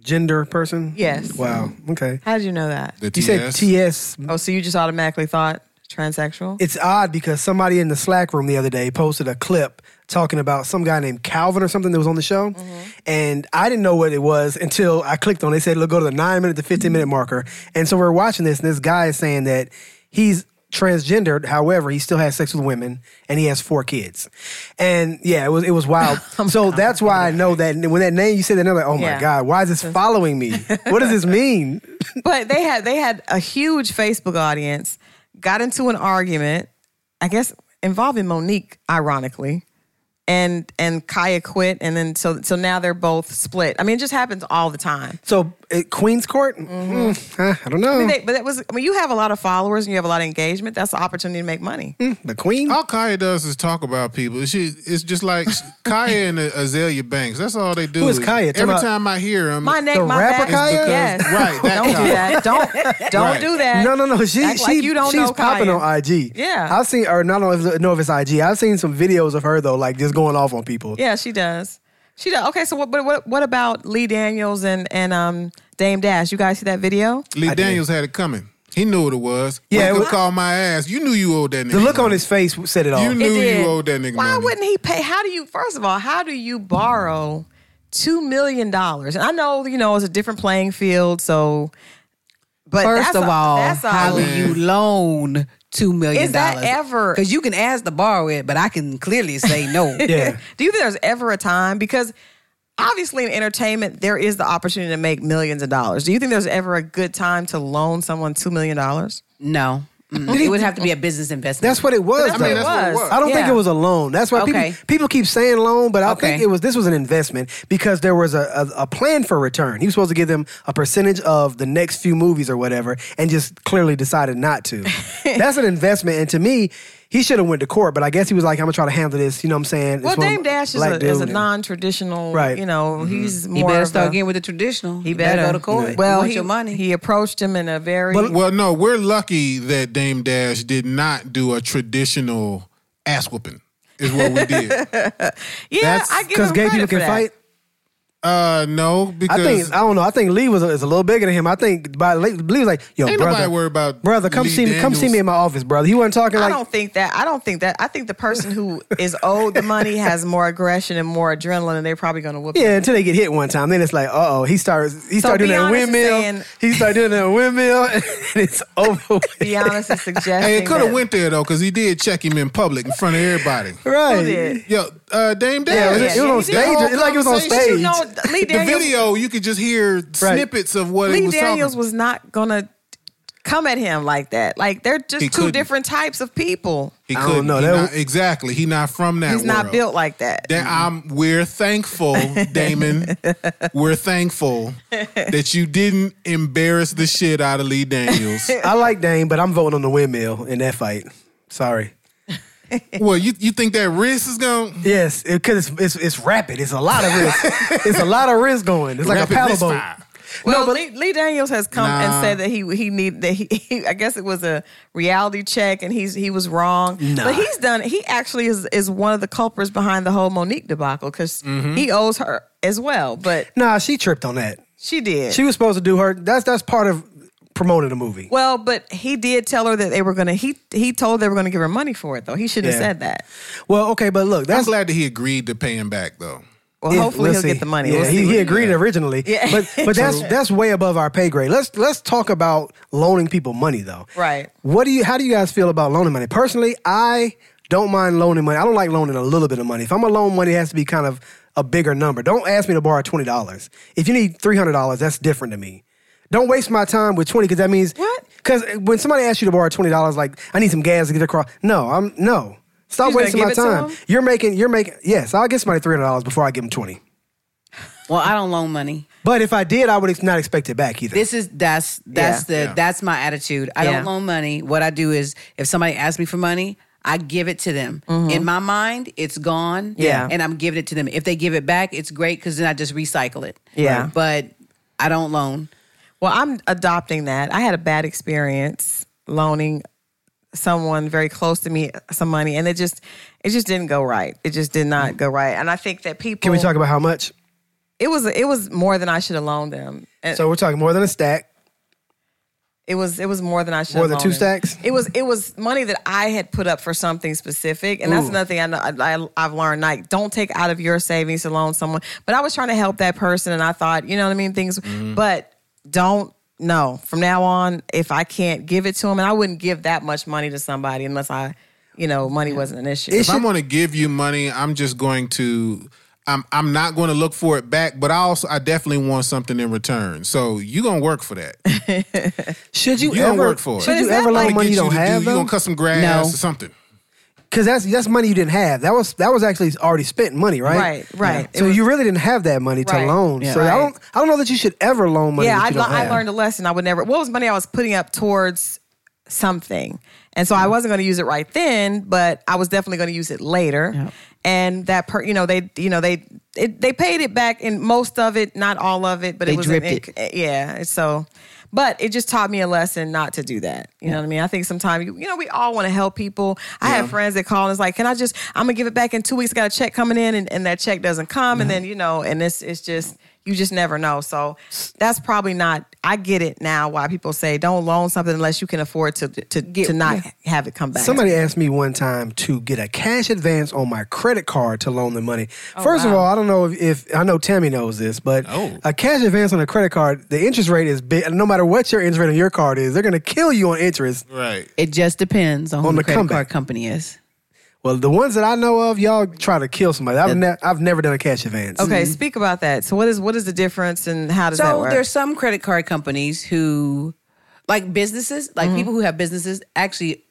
D: gender person?
E: Yes.
D: Wow. Okay.
E: how did you know that?
C: The
D: You said
C: TS.
D: T.S.
E: Oh, so you just automatically thought transsexual?
D: It's odd because somebody in the Slack room the other day posted a clip talking about some guy named Calvin or something that was on the show.
E: Mm-hmm.
D: And I didn't know what it was until I clicked on it. They said, look, go to the nine minute to 15 minute marker. And so we're watching this, and this guy is saying that he's transgendered. However, he still has sex with women and he has four kids. And yeah, it was it was wild.
E: [laughs]
D: so that's why I know that when that name you said that name, I'm like, oh
E: Oh Yeah.
D: my God, why is this following me? what
E: [laughs]
D: does this mean?
E: But they had they had a huge Facebook audience, got into an argument, I guess involving Monique, ironically. And and Kaya quit, and then so so now they're both split. I mean, it just happens all the time.
D: So at Queen's Court? Mm, huh, I don't know.
E: But they- but that was Mm-hmm. I mean, you have a lot of followers and you have a lot of engagement. That's the opportunity to make money.
D: the Queen?
C: All Kaya does is talk about people. She it's just
E: [laughs]
C: like Kaya and Azalea Banks. That's all they do.
D: Who is Kaya? Talking
C: Every
D: about-
C: time I hear them,
E: My neck,
D: The
E: my
D: rapper
E: back.
D: Kaya?
E: Yes,
C: Right, that
E: don't do that.
D: [laughs]
E: Don't don't
C: Right.
E: do that.
D: No, no, no. She,
E: Act
D: she,
E: like you don't
D: she's
E: know
D: popping
E: Kaya.
D: on IG.
E: Yeah.
D: I've seen, or not know if, know if it's IG. I've seen some videos of her though, like just going off on people.
E: Yeah, she does. She does. Okay, so what? But what? What about Lee Daniels and and um Dame Dash? You guys see that video?
C: Lee Daniels had it coming. He knew what it was.
D: Yeah,
C: Yeah,
D: it
C: Wake
D: was-
C: up, call my ass. You knew you owed that nigga.
D: The look on
C: money.
D: his face said it all.
C: You knew
E: did.
C: you owed that nigga.
E: Why
C: money.
E: wouldn't he pay? How do you? First of all, how do you borrow two million dollars? And I know you know it's a different playing field, so. But
F: First
E: that's
F: of
E: a-
F: all,
E: that's a-
F: how do you loan two million
E: Is that ever-
F: Because you can ask the borrower it, but I can clearly say no.
D: [laughs] yeah.
E: Do you think there's ever a time? Because obviously in entertainment, there is the opportunity to make millions of dollars. Do you think there's ever a good time to loan someone $2 million?
F: No, Mm-mm. it would have to be a business investment.
D: That's what it was.
E: That's what
D: though.
E: it was.
C: what it was.
D: I don't think
E: Yeah.
D: it was a loan. That's why
F: Okay.
D: people, people keep saying loan, but I think
F: Okay.
D: it was this was an investment because there was a, a, a plan for return. He was supposed to give them a percentage of the next few movies or whatever, and just clearly decided not
E: [laughs]
D: to. That's an investment, and to me, he should have went to court. But I guess he was like, "I'm gonna try to handle this." You know what I'm saying? It's
E: Well,
D: one
E: Dame Dash is
D: black
E: a, is
D: dude
E: a
D: and-
E: non-traditional,
D: Right. Mm-hmm.
E: you know, he's more
F: he better
E: of
F: start
E: a-
F: getting with the traditional.
E: he better,
F: go to court.
E: Well,
F: you want
E: he,
F: your money.
E: he approached him in a very
C: Well, no, we're lucky that Dame Dash did not do a traditional ass whooping. Is what we did.
E: yeah.
C: that's
E: I give
D: because
E: him
D: gay
E: credit
D: people
E: for
D: can
E: that.
D: fight.
C: Uh, no,
D: I
C: because
D: think I don't know. I think Lee was is a little bigger than him. I think by Lee, Lee was like, "Yo,
C: Ain't nobody
D: brother,
C: worried about
D: brother, come
C: Lee
D: see me, come see
C: Daniels.
D: me in my office, brother." He wasn't talking
E: I
D: like
E: don't think that. I don't think that. I think the
C: [laughs]
E: person who is owed the money has more aggression and more adrenaline, and they're probably going to whoop.
D: Yeah, until they get hit one time, then it's like, uh oh, he starts he
E: So
D: started
E: be
D: doing that
E: honest and
D: windmill.
E: saying-
D: he started doing that windmill, [laughs] and it's over.
E: [laughs]
D: with.
E: you.
D: [laughs]
E: Be honest and
C: [laughs]
E: suggest.
C: Hey, it could have went there though, because he did check him in public in front of everybody.
D: right?
E: did?
C: Yo, uh, Dame Dash.
D: Yeah, it was, it was on
E: Yeah, yeah,
D: stage.
E: yeah.
D: It's like it was on
C: Conversation.
D: stage.
E: You know, Lee
C: The
E: Daniels.
C: video, you could just hear snippets of what he
E: Lee
C: was
E: Daniels
C: talking.
E: was not going to come at him like that. Like they're just
C: He
E: 2
C: couldn't.
E: different types of people.
C: he
D: I don't
C: couldn't.
D: know,
C: He
D: that
C: not-
D: was-
C: exactly. He not from that.
E: He's not
C: world.
E: built like that.
C: That
D: Mm-hmm.
C: I'm. We're thankful, Damon. we're thankful that you didn't embarrass the shit out of Lee Daniels.
D: I like Dane, but I'm voting on the windmill in that fight. Sorry.
C: well, you you think that wrist is going? to
D: Yes, because it's, it's it's rapid. It's a lot of
E: [laughs]
D: risk. it's a lot of risk going. It's like a paddle boat.
E: Well, Lee, Lee Daniels has come
C: Nah.
E: and said that he he need that he, he I guess it was a reality check and he's he was wrong.
D: Nah.
E: But he's done he actually is is one of the culprits behind the whole Monique debacle because
D: Mm-hmm.
E: he owes her as well. But
D: Nah, she tripped on that.
E: she did.
D: She was supposed to do her. That's that's part of promoting the movie.
E: well, but he did tell her that they were gonna he he told they were gonna give her money for it though. He shouldn't
D: Yeah.
E: have said that.
D: Well, okay, but look,
C: I'm
D: that's
C: glad that he agreed to pay him back though.
E: Well,
D: Yeah,
E: hopefully
D: we'll
E: he'll
D: see.
E: get the money.
D: Yeah,
E: We'll
D: he,
E: see.
D: he agreed originally,
E: Yeah.
D: but but that's that's way above our pay grade. Let's let's talk about loaning people money though.
E: Right.
D: What do you? How do you guys feel about loaning money? Personally, I don't mind loaning money. I don't like loaning a little bit of money. If I'm gonna loan money, it has to be kind of a bigger number. Don't ask me to borrow twenty dollars. If you need three hundred dollars, that's different to me. Don't waste my time with twenty because that means
E: What?
D: Because when somebody asks you to borrow twenty dollars, like I need some gas to get across. No, I'm no. Stop
E: You just
D: wasting
E: gonna
D: my
E: give it to
D: time.
E: them?
D: You're making. You're making. Yes, I'll get somebody three hundred dollars before I give them twenty.
F: Well, I don't loan money.
D: But if I did, I would ex- not expect it back either.
F: This is that's that's
E: Yeah.
F: the that's my attitude. I
E: Yeah.
F: don't loan money. What I do is if somebody asks me for money, I give it to them. In my mind, it's gone.
E: Yeah.
F: And I'm giving it to them. If they give it back, it's great because then I just recycle it.
E: Yeah.
F: But I don't loan.
E: Well, I'm adopting that. I had a bad experience loaning someone very close to me some money, and it just it just didn't go right. It just did not go right, and I think that people
D: Can we talk about how much?
E: It was it was more than I should have loaned them. And
D: So we're talking more than a stack.
E: it was it was more than I should.
D: More
E: have
D: than
E: loaned
D: two
E: them.
D: stacks?
E: It was it was money that I had put up for something specific, and that's another thing I know I, I, I've learned. Like, don't take out of your savings to loan someone. But I was trying to help that person, and I thought, you know what I mean, things.
D: Mm-hmm.
E: But don't. No, from now on, if I can't give it to them, and I wouldn't give that much money to somebody unless I, you know, money wasn't an issue.
C: If I'm going to give you money, I'm just going to. I'm I'm not going to look for it back, but I also I definitely want something in return. So you gonna work for that. You
D: Should you,
C: gonna
D: ever
C: work for it.
D: Should
E: But
D: you
E: is that
D: ever
E: like-
D: loan money
C: Get
D: you don't
C: to do-
D: have?
C: you gonna cut some grass
F: No.
C: or something.
D: Because that's that's money you didn't have. That was that was actually already spent money, right?
E: Right, right.
D: So
E: It was-
D: you really didn't have that money to
E: Right.
D: loan. So I
E: Right.
D: don't I don't know that you should ever loan money.
E: Yeah,
D: that
E: I,
D: you don't
E: le- I
D: have.
E: learned a lesson. I would never. What was money I was putting up towards something, and so I wasn't going to use it right then, but I was definitely going to use it later. And that per, you know, they, you know, they, it, they paid it back in most of it, not all of it, but
F: They
E: it was
F: dripped
E: an,
F: it.
E: eh, Yeah, it's so. But it just taught me a lesson not to do that. You know what I mean? I think sometimes you, you know we all want to help people. I have friends that call and it's like, "Can I just? I'm gonna give it back in two weeks. I got a check coming in, and, and that check doesn't come, and then you know, and it's it's just you just never know. So that's probably not. I get it now why people say don't loan something unless you can afford to to to not have it come back.
D: Somebody asked me one time to get a cash advance on my credit card to loan them money.
F: Oh,
D: First of all, I don't know if, if I know Tammy knows this, but
C: Oh.
D: a cash advance on a credit card, the interest rate is big. No matter what your interest rate on your card is, they're going to kill you on interest.
C: Right.
F: It just depends on, who
D: On
F: the,
D: the
F: credit
D: comeback.
F: card company is.
D: Well, the ones that I know of, y'all try to kill somebody. I've, ne- I've never done a cash advance.
E: okay, speak about that. So what is what is the difference and how does that
F: Mm-hmm. So
E: work?
F: there's some credit card companies who, like businesses,
E: Mm-hmm.
F: like people who have businesses, actually,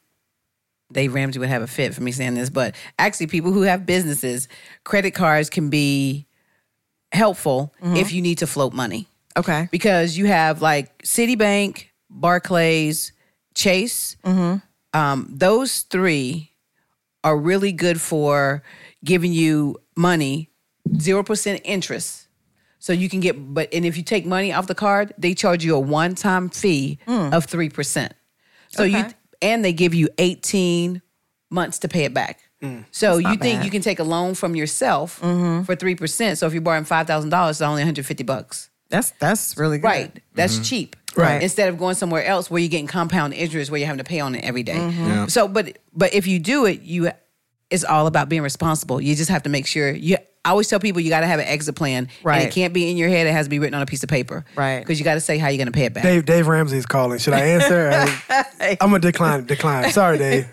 F: Dave Ramsey would have a fit for me saying this, but actually, people who have businesses, credit cards can be helpful
E: Mm-hmm.
F: if you need to float money
E: okay,
F: because you have like Citibank, Barclays, Chase. Um, those three are really good for giving you money, zero percent interest. So you can get, but and if you take money off the card, they charge you a one-time fee of three percent. So you
E: Okay.
F: and they give you eighteen months to pay it back. So you think you can take a loan from yourself for three percent. So if you're borrowing five thousand dollars, it's only 150 bucks.
E: That's that's really good.
F: Right. That's cheap.
D: Right.
F: Instead of going somewhere else where you're getting compound interest where you're having to pay on it every day.
E: Mm-hmm.
F: So but but if you do it, you it's all about being responsible. You just have to make sure you I always tell people you got to have an exit plan. And
E: Right.
F: it can't be in your head. It has to be written on a piece of paper.
E: Right.
F: Because you got to say how you're going to pay it back.
D: Dave Dave Ramsey's calling. Should I
F: [laughs]
D: answer? I, am gonna decline. Decline. Sorry, Dave.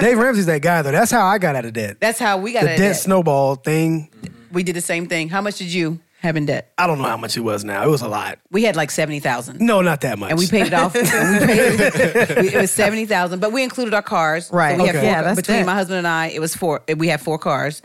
D: Dave Ramsey's that guy though. That's how I got out of debt.
F: That's how we got
D: the
F: out
D: debt
F: of debt.
D: snowball thing.
F: we did the same thing. How much did you have in debt?
D: I don't know how much it was now. It was a lot.
F: We had like seventy thousand,
D: No, not that much.
F: and we paid
E: [laughs]
F: it off. and we paid it, we- it was seventy thousand, but we included our cars. So
E: Right.
F: we had
E: Okay.
F: four,
E: Yeah, that's Mm-hmm.
F: between
E: it.
F: my husband and I, it was four. We had four cars,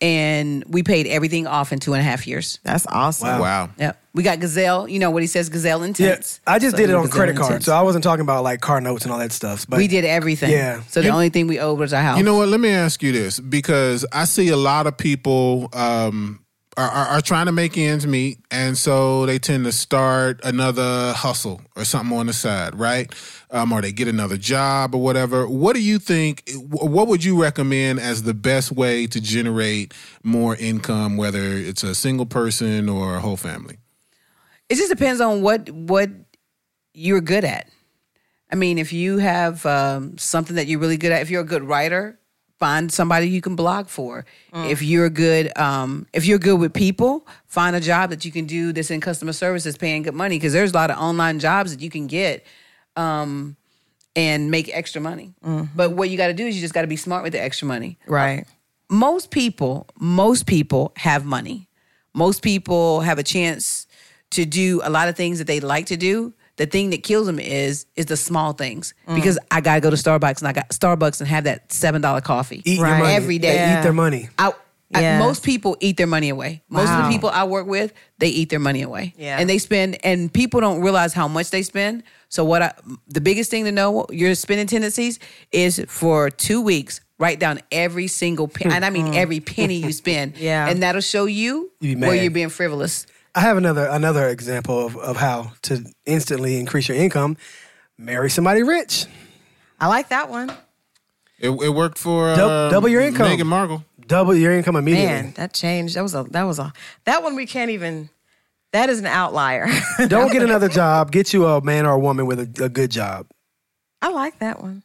F: and we paid everything off in two and a half years.
E: That's awesome.
C: Wow.
F: Yep. We got gazelle. You know what he says? Gazelle
D: Yeah,
F: intense.
D: I just
F: So
D: did it
F: we
D: on
F: gazelle
D: credit card,
F: intense.
D: so I wasn't talking about like car notes and all that stuff. But
F: we did everything.
D: Yeah.
F: So the only thing we owed was our house.
C: You know what? Let me ask you this because I see a lot of people um, are, are, are trying to make ends meet, and so they tend to start another hustle or something on the side, right? Um, or they get another job or whatever. What do you think? wh- What would you recommend as the best way to generate more income, whether it's a single person or a whole family?
F: it just depends on what what you're good at i mean if you have um, something that you're really good at if you're a good writer find somebody you can blog for if you're good um, if you're good with people find a job that you can do that's in customer service that's paying good money because there's a lot of online jobs that you can get um, and make extra money but what you got to do is you just got to be smart with the extra money
E: Right.
F: most people, most people have money. Most people have a chance to do a lot of things that they like to do. The thing that kills them is is the small things
D: Mm.
F: because I gotta go to Starbucks and I got Starbucks and have that seven dollar coffee
D: eat your
E: Right.
D: money.
F: every day.
D: They
E: Yeah.
D: eat their money.
F: I, I-
E: Yes.
F: most people eat their money away. Most of
E: Wow.
F: the people I work with, they eat their money away.
E: Yeah.
F: And they spend, and people don't realize how much they spend. So what I, the biggest thing to know your spending tendencies is for two weeks, write down every single penny, and I mean every penny you spend.
E: Mm-hmm. [laughs] Yeah.
F: And that'll show you
D: You be
F: where
D: mad.
F: you're being frivolous.
D: I have another another example of, of how to instantly increase your income. Marry somebody rich.
E: I like that one.
C: It, it worked for
D: Dou-
C: um,
D: double your income.
C: Meghan Markle.
D: Double your income immediately.
E: Man, that changed. That was a that was a that one we can't even that is an outlier. [laughs]
D: Don't get another job. Get you a man or a woman with a, a good job.
E: I like that one.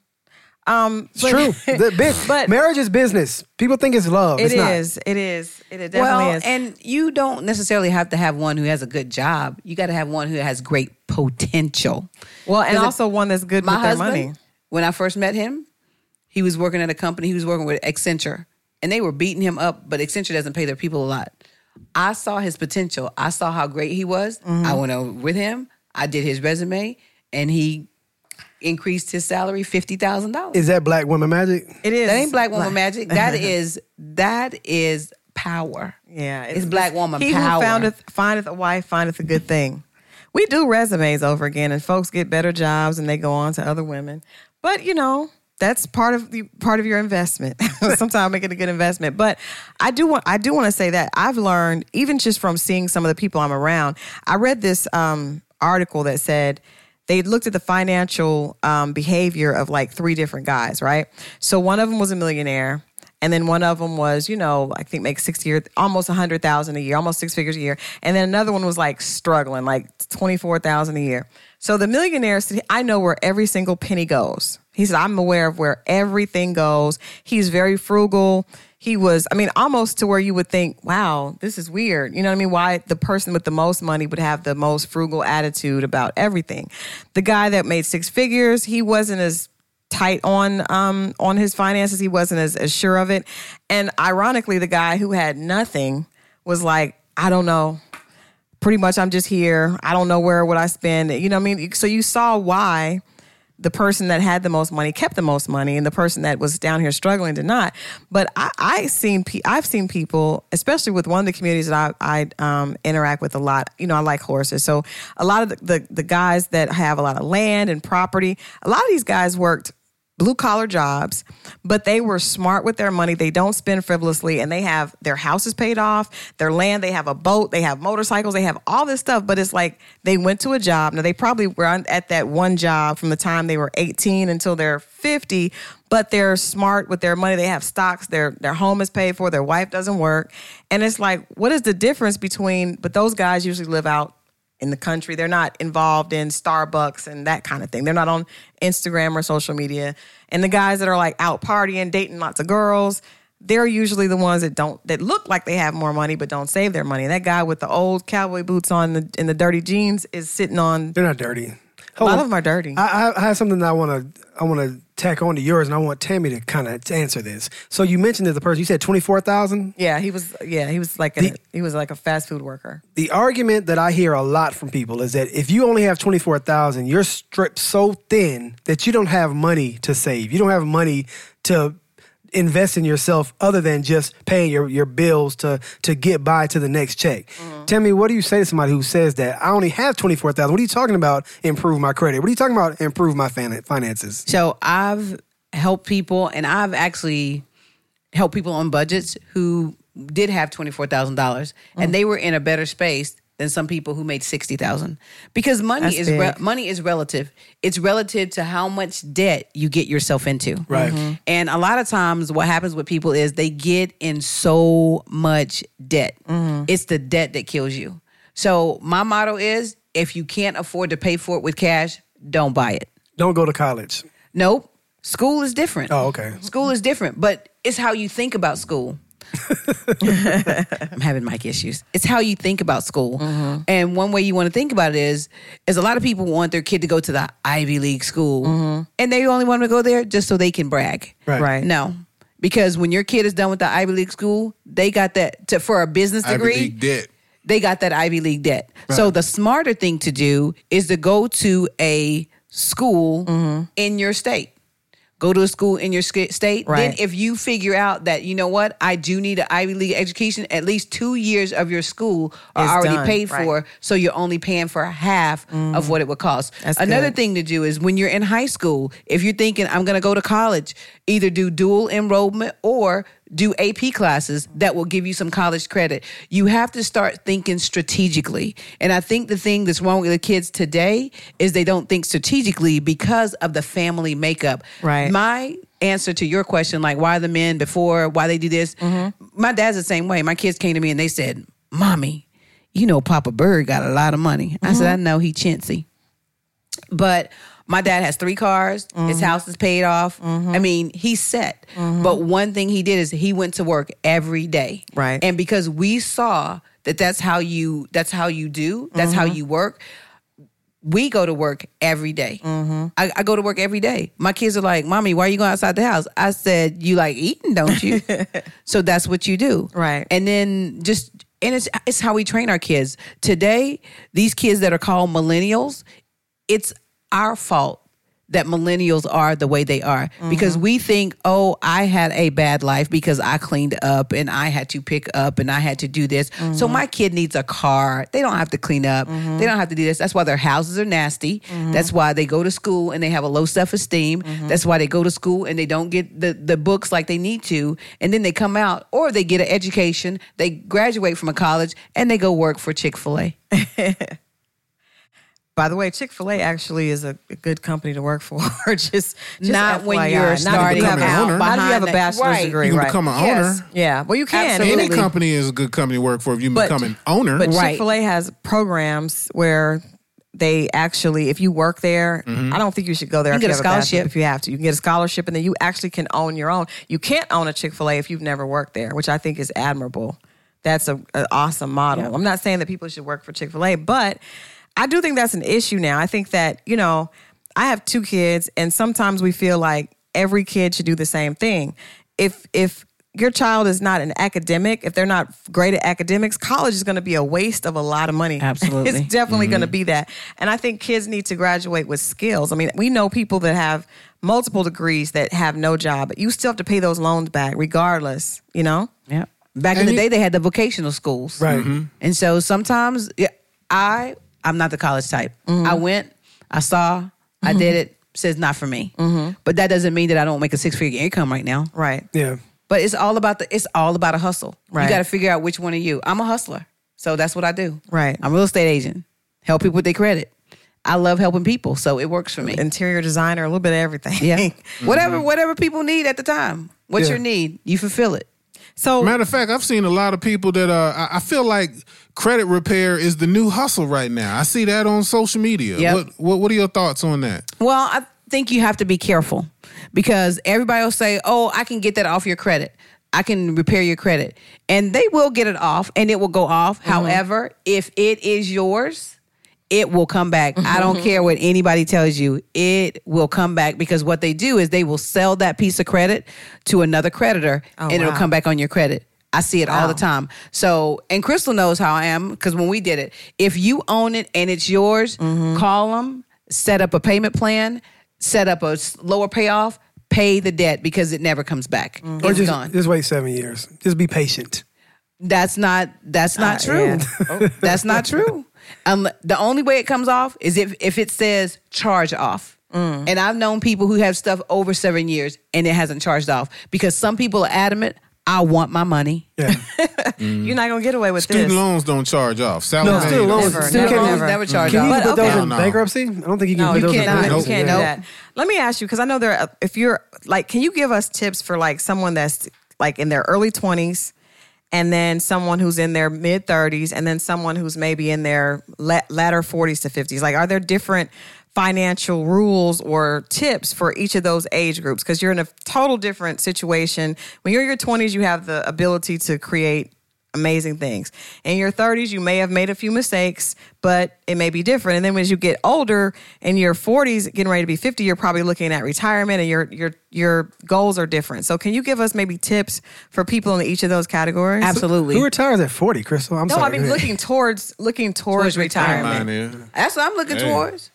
E: Um
D: It's
E: [laughs]
D: true. The big,
E: but-
D: marriage is business. People think it's love.
E: It
D: it's not.
E: is. It is. It definitely
F: well,
E: is.
F: and you don't necessarily have to have one who has a good job. You got to have one who has great potential.
E: well, and
F: 'Cause it-
E: also one that's good
F: my
E: with their
F: husband,
E: money.
F: when I first met him, he was working at a company. He was working with Accenture, and they were beating him up. But Accenture doesn't pay their people a lot. I saw his potential. I saw how great he was.
E: Mm-hmm.
F: I went over with him. I did his resume, and he increased his salary fifty thousand dollars.
D: Is that black woman magic?
E: It is.
F: That ain't black woman magic.
E: [laughs]
F: That is that is power.
E: Yeah,
F: it's, black woman
E: He
F: power.
E: who foundeth, findeth a wife findeth a good thing. We do resumes over again, and folks get better jobs, and they go on to other women. But you know, that's part of the part of your investment. [laughs] Sometimes making a good investment. But I do want I do want to say that I've learned even just from seeing some of the people I'm around. I read this um, article that said they looked at the financial um, behavior of like three different guys, right? So one of them was a millionaire, and then one of them was, you know, I think makes sixty or almost a hundred thousand a year, almost six figures a year, and then another one was like struggling, like twenty four thousand a year. So the millionaire said, "I know where every single penny goes." He said, "I'm aware of where everything goes." He's very frugal. He was, I mean, almost to where you would think, "Wow, this is weird." You know what I mean? Why the person with the most money would have the most frugal attitude about everything? The guy that made six figures, he wasn't as tight on um on his finances. He wasn't as, as sure of it. And ironically, the guy who had nothing was like, I don't know. Pretty much I'm just here. I don't know where what I spend. You know what I mean? So you saw why the person that had the most money kept the most money and the person that was down here struggling did not but I, I seen pe- i've seen people especially with one of the communities that i, I um, interact with a lot you know i like horses so a lot of the, the, the guys that have a lot of land and property a lot of these guys worked blue collar jobs, but they were smart with their money. They don't spend frivolously and they have their houses paid off, their land, they have a boat, they have motorcycles, they have all this stuff. But it's like they went to a job. Now, they probably were on- at that one job from the time they were 18 until they're 50, but they're smart with their money. They have stocks, their their home is paid for, their wife doesn't work. And it's like, what is the difference between but those guys usually live out in the country. They're not involved in Starbucks and that kind of thing. They're not on Instagram or social media. And the guys that are like out partying, dating lots of girls, they're usually the ones that don't that look like they have more money but don't save their money. That guy with the old cowboy boots on the, and the dirty jeans is sitting on.
D: They're not dirty.
E: A lot of them are dirty.
D: I, I I have something that I want to I want to tack on to yours, and I want Tammy to kind of answer this. So you mentioned that the person you said twenty four thousand.
E: yeah, he was. Yeah, he was like a, he was like a fast food worker.
D: The argument that I hear a lot from people is that if you only have twenty four thousand, you're stripped so thin that you don't have money to save. You don't have money to invest in yourself other than just paying your, your bills to to get by to the next check. Tammy, what do you say to somebody who says that I only have twenty four thousand? What are you talking about? Improve my credit. What are you talking about? Improve my fin- finances.
F: So I've helped people, and I've actually helped people on budgets who did have twenty four thousand dollars, and they were in a better space than some people who made sixty thousand. Because money
E: That's
F: is re-
E: big.
F: money is relative. It's relative to how much debt you get yourself into.
D: Right.
E: Mm-hmm.
D: Mhm.
F: And a lot of times, what happens with people is they get in so much debt.
E: Mm-hmm.
F: It's the debt that kills you. So my motto is: if you can't afford to pay for it with cash, don't buy it.
D: Don't go to college.
F: Nope. School is different.
D: Oh, okay.
F: School is different, but it's how you think about school. I'm having mic issues. It's how you think about school.
D: Mm-hmm.
F: And one way you want to think about it is is a lot of people want their kid to go to the Ivy League school and they only want 'em to go there just so they can brag.
D: Mm-hmm. Right.
E: Right.
F: No. Because when your kid is done with the Ivy League school, they got that to, for a business degree
C: Ivy League debt.
F: they got that Ivy League debt. So the smarter thing to do is to go to a school
E: Mm-hmm.
F: in your state. Go to a school in your sk- state. Then,
E: Right.
F: if you figure out that you know what, I do need an Ivy League education. At least two years of your school are
E: Is
F: already
E: done,
F: paid
E: right. Mm-hmm.
F: for, so you're only paying for half of what it would cost.
E: That's
F: Another
E: good.
F: thing to do is when you're in high school, if you're thinking I'm going to go to college, either do dual enrollment or do AP classes that will give you some college credit. You have to start thinking strategically. And I think the thing that's wrong with the kids today is they don't think strategically because of the family makeup.
E: Right.
F: My answer to your question like why the men before, why they do this. My dad's the same way. My kids came to me and they said, "Mommy, you know Papa Bird got a lot of money." I said, "I know, he chintzy." But my dad has three cars. His
E: Mm-hmm.
F: house is paid off. I mean, he's set. But one thing he did is he went to work every day.
E: Right.
F: And because we saw that that's how you that's how you do that's how
E: Mm-hmm.
F: you work. We go to work every day.
E: Mm-hmm.
F: I, I go to work every day. My kids are like, "Mommy, why are you going outside the house?" I said, "You like eating, don't
E: [laughs]
F: you?" so that's what you do,
E: Right.
F: And then just and it's it's how we train our kids today. These kids that are called millennials, it's our fault that millennials are the way they are because we think, oh, I had a bad life because I cleaned up and I had to pick up and I had to do this. So my kid needs a car. They don't have to clean up. They don't have to do this. That's why their houses are nasty. That's why they go to school and they have a low self esteem. That's why they go to school and they don't get the, the books like they need to. And then they come out or they get an education, they graduate from a college, and they go work for Chick fil A.
E: By the way, Chick Fil A actually is a, a good company to work for. [laughs] just, just
F: Not when
E: FYI.
F: you're
E: Not if you
F: starting
E: have a-
C: out
E: Not if you have a
F: behind that.
E: bachelor's
F: Right.
E: degree,
C: You can
E: right?
C: become an
F: Yes.
C: owner.
E: yeah, well, you can.
F: Absolutely.
C: Any company is a good company to work for if you
E: But-
C: become an owner.
E: But
F: Right.
E: Chick Fil A has programs where they actually, if you work there, I don't think you should go there.
F: You
E: if
F: get a
E: have bachelor's,
F: scholarship.
E: if you have to. You can get a scholarship, and then you actually can own your own. You can't own a Chick Fil A if you've never worked there, which I think is admirable. That's a, an awesome model. I'm not saying that people should work for Chick Fil A, but I do think that's an issue now. I think that you know, I have two kids, and sometimes we feel like every kid should do the same thing. If if your child is not an academic, if they're not great at academics, college is going to be a waste of a lot of money. [laughs]
F: Absolutely.
E: it's definitely
F: Mm-hmm.
E: going to be that. And I think kids need to graduate with skills. I mean, we know people that have multiple degrees that have no job, but you still have to pay those loans back regardless, you know?
F: Yeah. Back in
C: And
F: the
C: you-
F: day, they had the vocational schools.
D: Right. Mhm.
F: And so sometimes yeah, I I'm not the college type. I went, I saw, I did it. Says not for me. But that doesn't mean that I don't make a six figure income right now.
E: Right.
D: Yeah.
F: But it's all about the it's all about a hustle. You
E: Right.
F: got to figure out which one are you. I'm a hustler, so that's what I do.
E: Right.
F: I'm a real estate agent. Help people with their credit. I love helping people, so it works for me.
E: interior designer, a little bit of everything. [laughs]
F: yeah,
E: Mm-hmm.
F: whatever whatever people need at the time. What's
D: Yeah.
F: your need? You fulfill it.
E: So
C: Matter of fact, I've seen a lot of people that uh, I- I feel like credit repair is the new hustle right now. I see that on social media.
F: Yep.
C: What, what What are your thoughts on that?
F: Well, I think you have to be careful because everybody will say, "Oh, I can get that off your credit. I can repair your credit." And they will get it off and it will go off. However, if it is yours, it will come back. I don't care what anybody tells you. It will come back because what they do is they will sell that piece of credit to another creditor and it'll
E: wow.
F: come back on your credit. I see it all the time. So, and Crystal knows how I am because when we did it, if you own it and it's yours, call them, set up a payment plan, set up a s- lower payoff, pay the debt because it never comes back.
D: Or
F: It's
D: just,
F: gone.
D: just wait seven years. Just be patient.
F: That's not. That's not [laughs] true. that's not true. Um, the only way it comes off is if if it says charge off. And I've known people who have stuff over seven years and it hasn't charged off because some people are adamant. I want my money.
D: Yeah.
E: you're not gonna get away with
C: Student
E: this.
C: loans don't charge off. Salary
D: No, student loans-
E: Never,
D: student
E: never,
D: loans
E: never.
F: never charge
D: Can you
E: off.
D: even
E: But
D: put those
E: okay.
D: in
C: No, no.
D: bankruptcy? I don't think you can
E: No,
D: put
E: you
D: those in
E: cannot. You
D: bankruptcy.
E: can't
D: Yeah.
E: do
F: Nope.
E: that. Let me ask you, because I know there. Are, if you're like, can you give us tips for like someone that's like in their early twenties, and then someone who's in their mid thirties, and then someone who's maybe in their la- latter forties to fifties? Like, are there different financial rules or tips for each of those age groups? Because you're in a total different situation. When you're in your twenties, you have the ability to create amazing things. In your 30s, you may have made a few mistakes, but it may be different. And then as you get older, in your 40s, getting ready to be 50, you're probably looking at retirement and your your your goals are different. So can you give us maybe tips for people in each of those categories?
F: Absolutely.
D: Who retires at 40, Crystal? I'm
E: No,
D: sorry.
E: I mean
D: Go ahead.
E: looking towards looking towards,
F: Towards
E: retirement.
C: Mine is.
F: That's what I'm looking
C: Hey.
F: towards.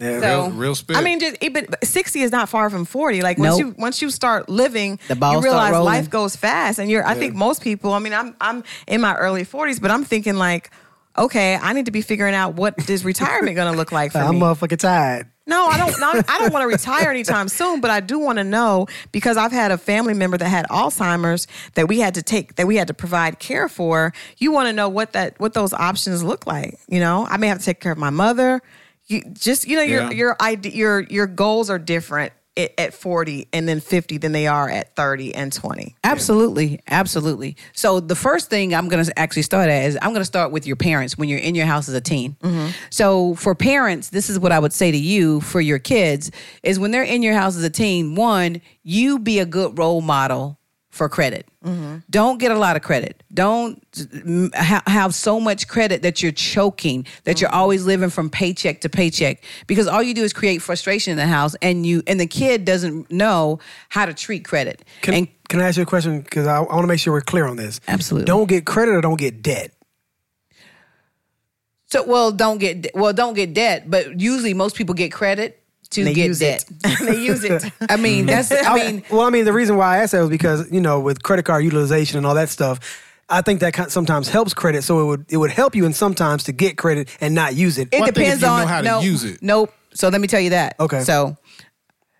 D: Yeah.
C: Real,
F: So-
C: real spit.
E: Oh. I mean, just it, but but sixty is not far from forty. Like once
F: Nope.
E: you once you start living,
F: The balls
E: you
F: start
E: realize
F: rolling.
E: life goes fast, and you're. I think most people. I mean, I'm I'm in my early forties, but I'm thinking like, okay, I need to be figuring out what is retirement going to look
F: [laughs]
E: like for
D: I'm
E: me.
D: motherfucking tired.
E: No, I don't. Not, I don't want to retire anytime soon, but I do want to know because I've had a family member that had Alzheimer's that we had to take that we had to provide care for. You want to know what that what those options look like. You know, I may have to take care of my mother. You just you know your
C: Yeah.
E: your ide- your your goals are different at, at forty and then fifty than they are at thirty and twenty.
F: Absolutely, absolutely. So the first thing I'm going to actually start at is I'm going to start with your parents when you're in your house as a teen. So for parents, this is what I would say to you for your kids is when they're in your house as a teen, one, you be a good role model for credit. Don't get a lot of credit. Don't mm, ha- have so much credit that you're choking, that you're always living from paycheck to paycheck because all you do is create frustration in the house and you and the kid doesn't know how to treat credit.
D: Can,
F: and
D: can I ask you a question? Because I, I want to make sure we're clear on this.
F: Absolutely.
D: Don't get credit or don't get debt.
F: So well, don't get well, don't get debt, but usually most people get credit to
E: They
F: get
E: use
F: debt.
E: it. they use it.
F: I mean, that's I mean,
D: well, I mean, the reason why I asked that was because you know, with credit card utilization and all that stuff, I think that kind sometimes helps credit. So it would it would help you, and sometimes to get credit and not use it.
F: it
C: One thing if
F: depends
C: you know
F: on
C: how to
F: no,
C: use it.
F: Nope. So let me tell you that.
D: Okay.
F: So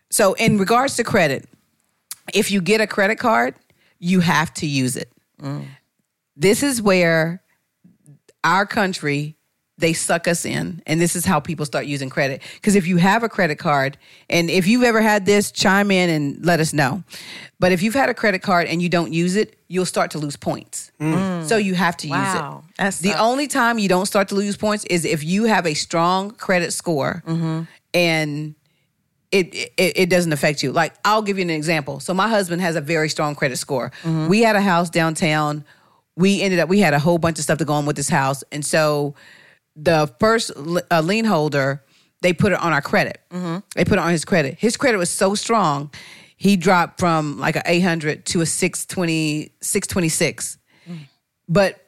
F: so in regards to credit, if you get a credit card, you have to use it. This is where our country they suck us in and this is how people start using credit because if you have a credit card and if you've ever had this chime in and let us know but if you've had a credit card and you don't use it you'll start to lose points so you have to
E: Wow.
F: use it
E: That
F: the
E: sucks.
F: only time you don't start to lose points is if you have a strong credit score and it, it it doesn't affect you. Like I'll give you an example. So my husband has a very strong credit score. We had a house downtown. We ended up we had a whole bunch of stuff to go on with this house, and so the first l- uh, lien holder they put it on our credit. They put it on his credit. His credit was so strong, he dropped from like a eight hundred to a 620, 626. But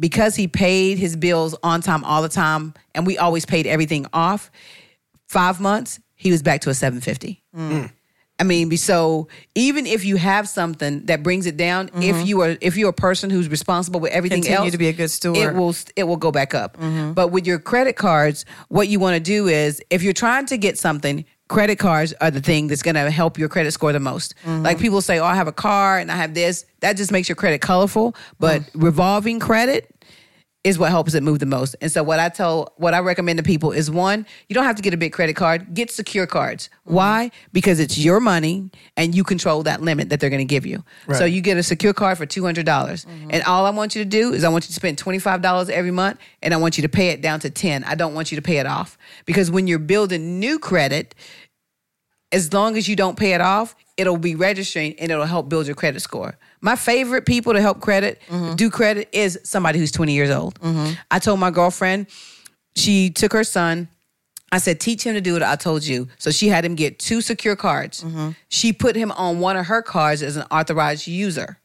F: because he paid his bills on time all the time, and we always paid everything off, five months, he was back to a 750. I mean, be- so even if you have something that brings it down, if you are if you're a person who's responsible with everything
E: Mm-hmm. Continue
F: else,
E: to be a good steward. Mm-hmm.
F: it will it will go back up. But with your credit cards, what you want to do is if you're trying to get something, credit cards are the thing that's going to help your credit score the most.
E: Mm-hmm.
F: Like people say, "Oh, I
E: Mm.
F: have a car and I have this." That just makes your credit colorful, but revolving credit is what helps it move the most. And so what I tell what I recommend to people is one, you don't have to get a big credit card, get secure cards. Why? Because it's your money and you control that limit that they're going to give you. So you get a secure card for $200. dollars And all I want you to do is I want you to spend $25 every month and I want you to pay it down to 10. I don't want you to pay it off because when you're building new credit, as long as you don't pay it off, it'll be registering and it'll help build your credit score. My favorite people to help credit do credit is somebody who's 20 years old. I told my girlfriend, she took her son. I said, teach him to do what I told you. So she had him get two secure cards. She put him on one of her cards as an authorized user.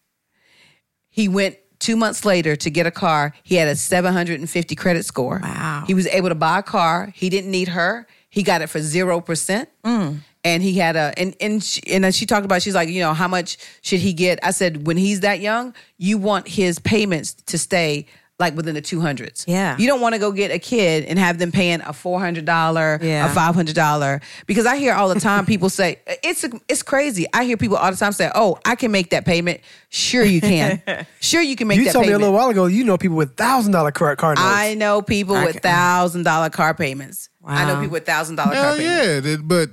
F: He went two months later to get a car. He had a 750 credit score. Wow. He was able to buy a car. He didn't need her. He got it for 0%. And he had a, and, and, she, and then she talked about, she's like, you know, how much should he get? I said, when he's that young, you want his payments to stay like within the 200s.
E: Yeah.
F: You don't want to go get a kid and have them paying a $400,
E: Yeah.
F: a $500. Because I hear all the time people say, it's, it's crazy. I hear people all the time say, oh, I can make that payment. Sure
E: [laughs]
F: you can. sure you can make
D: You
F: that
D: told me a
F: payment.
D: little while ago you know people with thousand dollar credit card notes.
F: I know people
E: I
F: with
E: can-
F: thousand dollar car payments. I know
E: Wow.
F: people with thousand dollar car
C: Hell
F: payments.
C: yeah, that- but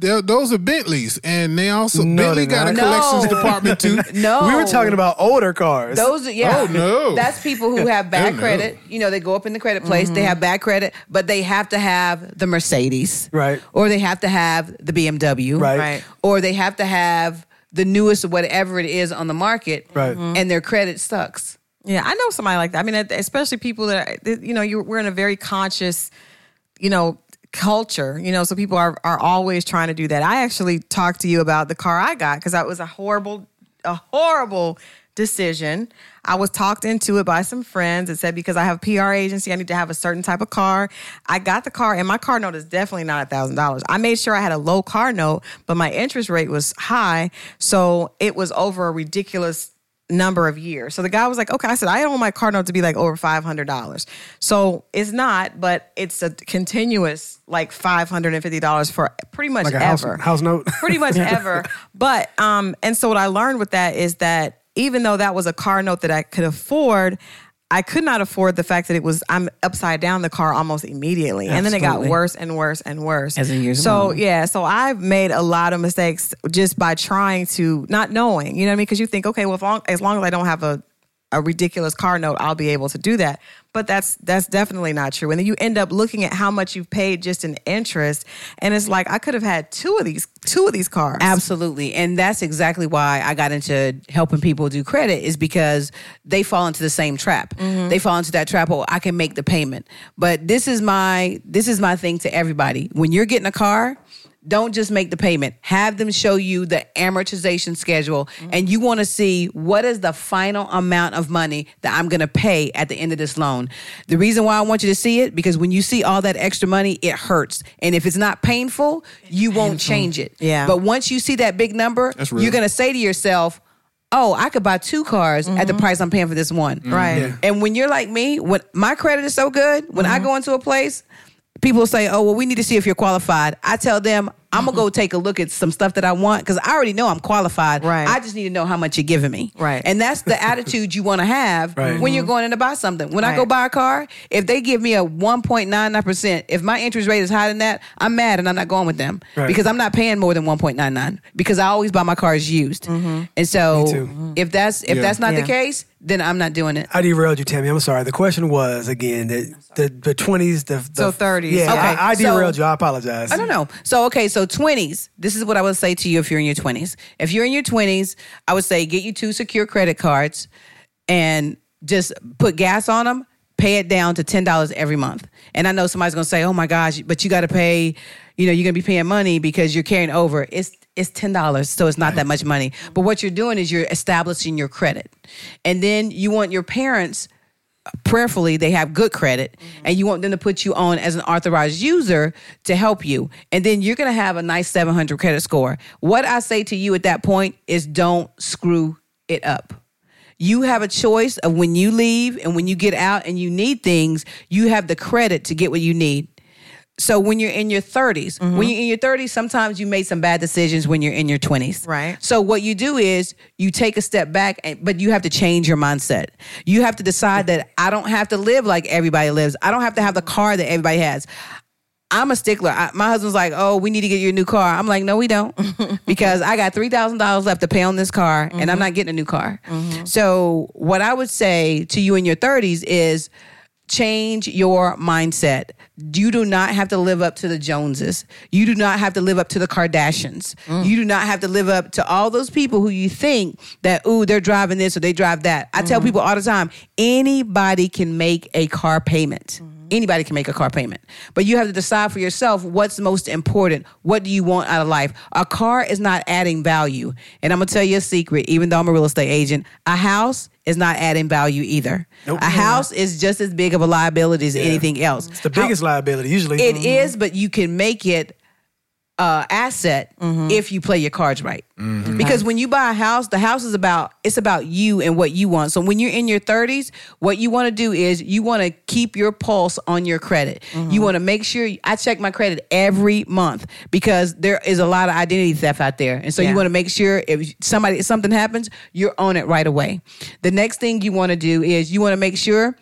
C: they're- those are Bentleys, and they also
D: No,
C: Bentley
D: they're
C: got a
F: not.
C: collections
F: No.
C: department too.
F: [laughs]
D: [laughs]
F: No,
D: we were talking about older cars.
F: Those, are- yeah.
C: Oh, no.
F: That's people who have bad
C: no.
F: credit. You know, they go up in the credit place, they have bad credit, but they have to have the Mercedes.
D: Right.
F: Or they have to have the BMW.
D: Right.
E: Right.
F: Or they have to have the newest whatever it is on the market.
D: Right. Mhm.
F: And their credit sucks.
E: Yeah, I know somebody like that. I mean, especially people that are- that, you know, you we're in a very conscious, you know, culture. You know, so people are are always trying to do that. I actually talked to you about the car I got because that was a horrible, a horrible decision. I was talked into it by some friends and said because I have a PR agency, I need to have a certain type of car. I got the car, and my car note is definitely not a thousand dollars. I made sure I had a low car note, but my interest rate was high, so it was over a ridiculous number of years. So the guy was like, okay, I said, I don't want my car note to be like over $500. So it's not, but it's a continuous like $550 for pretty much
D: Like a house-
E: ever.
D: house note. [laughs]
E: pretty much ever. But, um, and so what I learned with that is that even though that was a car note that I could afford, I could not afford the fact that it was I'm upside down the car almost immediately, and then it got
F: Absolutely.
E: worse and worse and worse
F: As the years
E: So
F: went on.
E: yeah, so I've made a lot of mistakes just by trying to not knowing. You know what I mean? Because you think, okay, well, if long, as long as I don't have a a ridiculous car note, I'll be able to do that. But that's that's definitely not true. And then you end up looking at how much you've paid just in interest, and it's like I could have had two of these two of these cars.
F: Absolutely. And that's exactly why I got into helping people do credit is because they fall into the same trap. They fall into that trap, oh, I can make the payment. But this is my this is my thing to everybody. When you're getting a car, don't just make the payment. Have them show you the amortization schedule and you want to see what is the final amount of money that I'm going to pay at the end of this loan. The reason why I want you to see it because when you see all that extra money, it hurts. And if it's not painful, you won't change it.
E: Yeah.
F: But once you see that big number,
C: real.
F: you're gonna say to yourself, "Oh, I could buy two cars at the price I'm paying for this one."
E: Right.
F: And when you're like me, when my credit is so good, when I go into a place, people say, "Oh, well, we need to see if you're qualified." I tell them, "I'm gonna go take a look at some stuff that I want because I already know I'm qualified.
E: Right.
F: I just need to know how much you're giving me."
E: Right.
F: And that's the attitude you want to have
D: Right.
F: when you're going in to buy something. When I
E: Right.
F: go buy a car, if they give me a 1.99 percent, if my interest rate is higher than that, I'm mad and I'm not going with them
D: Right.
F: because I'm not paying more than 1.99 because I always buy my cars used. And so
D: too.
F: if that's if
C: Yeah.
F: that's not
E: Yeah.
F: the case, then I'm not doing it.
D: I derailed you, Tammy. I'm sorry. The question was again that the the twenties, the, the
E: So 30s.
D: Yeah,
F: Okay,
D: I, I
F: so-
D: derailed you. I apologize.
F: I don't know. So okay, so twenties. This is what I would say to you if you're in your twenties. If you're in your twenties, I would say get you two secure credit cards and just put gas on them. Pay it down to ten dollars every month. And I know somebody's gonna say, "Oh my gosh!" But you got to pay. You know, you're gonna be paying money because you're carrying over. It's it's ten dollars, so it's not that much money. But what you're doing is you're establishing your credit, and then you want your parents prayerfully they have good credit and you want them to put you on as an authorized user to help you and then you're going to have a nice 700 credit score what i say to you at that point is don't screw it up you have a choice of when you leave and when you get out and you need things you have the credit to get what you need So when you're in your 30s, when you're in your 30s, sometimes you made some bad decisions when you're in your 20s.
E: Right.
F: So what you do is you take a step back, and, but you have to change your mindset. You have to decide that I don't have to live like everybody lives. I don't have to have the car that everybody has. I'm a stickler. I, my husband's like, "Oh, we need to get you a new car." I'm like, "No, we don't," [laughs] because I got three thousand dollars left to pay on this car, and I'm not getting a new car. So, what I would say to you in your 30s is change your mindset. You do not have to live up to the Joneses. You do not have to live up to the Kardashians. You do not have to live up to all those people who you think that, ooh, they're driving this or they drive that. I tell people all the time anybody can make a car payment. Mm-hmm. Anybody can make a car payment, but you have to decide for yourself what's most important. What do you want out of life? A car is not adding value. And I'm going to tell you a secret, even though I'm a real estate agent, a house is not adding value either. A house is just as big of a liability as anything else.
D: It's the biggest liability usually. Mm-hmm.
F: It is, but you can make it uh asset if you play your cards right. Because when you buy a house, the house is about it's about you and what you want. So when you're in your 30s, what you want to do is you want to keep your pulse on your credit. You want to make sure I check my credit every month because there is a lot of identity theft out there. And so
E: Yeah.
F: you want to make sure if somebody if something happens, you're on it right away. The next thing you want to do is you want to make sure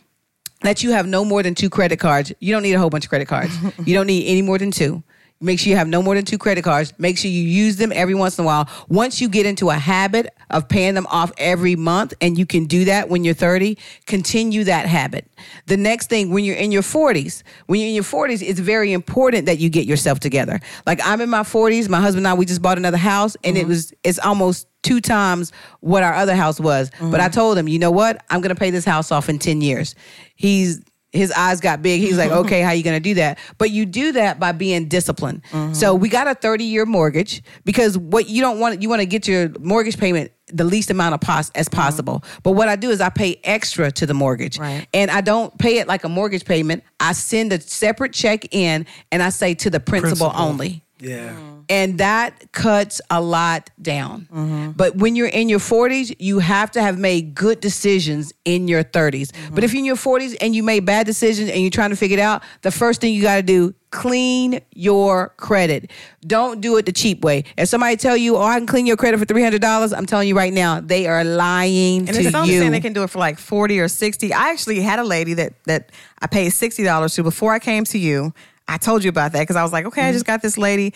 F: that you have no more than two credit cards. You don't need a whole bunch of credit cards. you don't need any more than two. Make sure you have no more than two credit cards. Make sure you use them every once in a while. Once you get into a habit of paying them off every month, and you can do that when you're 30, continue that habit. The next thing, when you're in your 40s, when you're in your 40s, it's very important that you get yourself together. Like I'm in my 40s, my husband and I, we just bought another house, and it was, it's almost two times what our other house was. But I told him, you know what? I'm gonna pay this house off in 10 years. He's his eyes got big. He's like, okay, how you gonna do that? But you do that by being disciplined. So we got a 30 year mortgage because what you don't want, you want to get your mortgage payment the least amount of pos- as possible. But what I do is I pay extra to the mortgage,
E: Right.
F: and I don't pay it like a mortgage payment. I send a separate check in, and I say to the principal,
D: Principal.
F: only.
D: Yeah.
F: Mm-hmm.
E: Mm.
F: And that cuts a lot down.
E: Mm-hmm.
F: But when you're in your 40s, you have to have made good decisions in your 30s.
E: Mm-hmm.
F: But if you're in your 40s and you made bad decisions and you're trying to figure it out, the first thing you got to do, clean your credit. Don't do it the cheap way. If somebody tell you, "Oh, I can clean your credit for $300," I'm telling you right now, they are lying
E: And
F: to
E: there's some
F: you.
E: saying they can do it for like 40 or 60. I actually had a lady that that I paid $60 to before I came to you. I told you about that because I was like, okay,
F: Mm-hmm.
E: I just got this lady.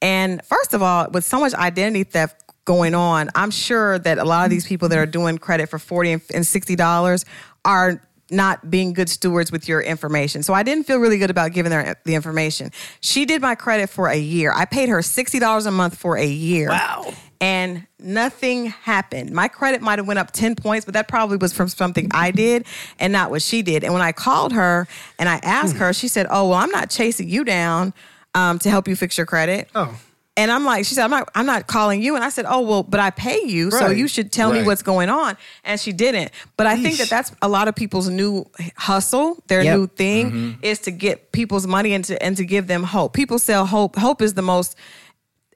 E: And first of all, with so much identity theft going on, I'm sure that a lot of these people that are doing credit for 40 and and $60 are not being good stewards with your information. So I didn't feel really good about giving her uh, the information. She did my credit for a year. I paid her $60 a month for a year. Wow and nothing happened. My credit might have went up 10 points, but that probably was from something I did and not what she did. And when I called her and I asked her, she said, "Oh, well, I'm not chasing you down um, to help you fix your credit."
D: Oh.
E: And I'm like, she said, I'm not, I'm not calling you. And I said, oh, well, but I pay you. So
D: Right.
E: you should tell me
C: Right.
E: what's going on. And she didn't. But I think
D: Yeesh.
E: that that's a lot of people's new hustle, their
F: Yep.
E: new thing
D: Mm-hmm.
E: is to get people's money and to, and to give them hope. People sell hope. Hope is the most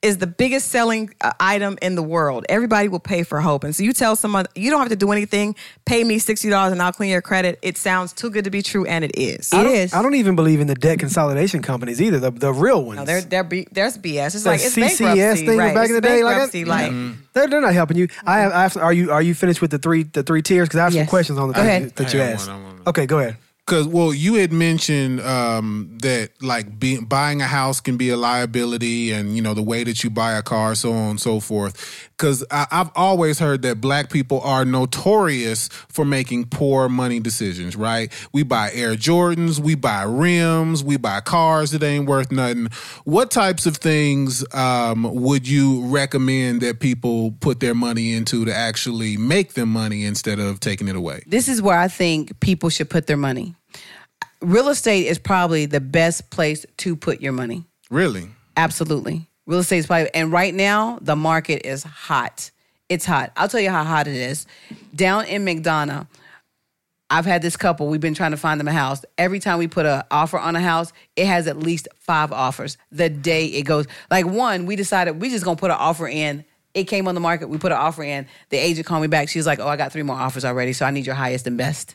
E: is the biggest selling uh, item in the world. Everybody will pay for hope. And so you tell someone, you don't have to do anything, pay me $60 and I'll clean your credit. It sounds too good to be true, and it is.
F: It
D: I don't-
F: is.
D: I don't even believe in the debt consolidation companies either. The the real ones.
E: No, there, there be, there's BS. It's
D: The
E: like, it's
D: CCS
E: bankruptcy.
D: thing
E: right.
D: back in the
E: It's
D: day, like that? Mm-hmm.
E: bankruptcy, like,
D: They're, they're not helping you. I have, I have. Are you are you finished with the three the three tiers? Because I have some
F: Yes.
D: questions on the
F: Go
D: thing
F: ahead.
D: that you
C: I have
D: asked.
C: one, I have one.
D: Okay, go ahead.
C: Because well, you had mentioned um, that like be, buying a house can be a liability, and you know the way that you buy a car, so on and so forth. Because I've always heard that black people are notorious for making poor money decisions. Right? We buy Air Jordans, we buy rims, we buy cars that ain't worth nothing. What types of things um, would you recommend that people put their money into to actually make them money instead of taking it away?
F: this is where I think people should put their money. Real estate is probably the best place to put your money.
C: Really?
F: Absolutely. Real estate is probably, and right now the market is hot. It's hot. I'll tell you how hot it is. Down in McDonough, I've had this couple. We've been trying to find them a house. Every time we put an offer on a house, it has at least five offers the day it goes. Like one, we decided we just gonna put an offer in. It came on the market. We put an offer in. The agent called me back. She was like, "Oh, I got three more offers already, so I need your highest and best."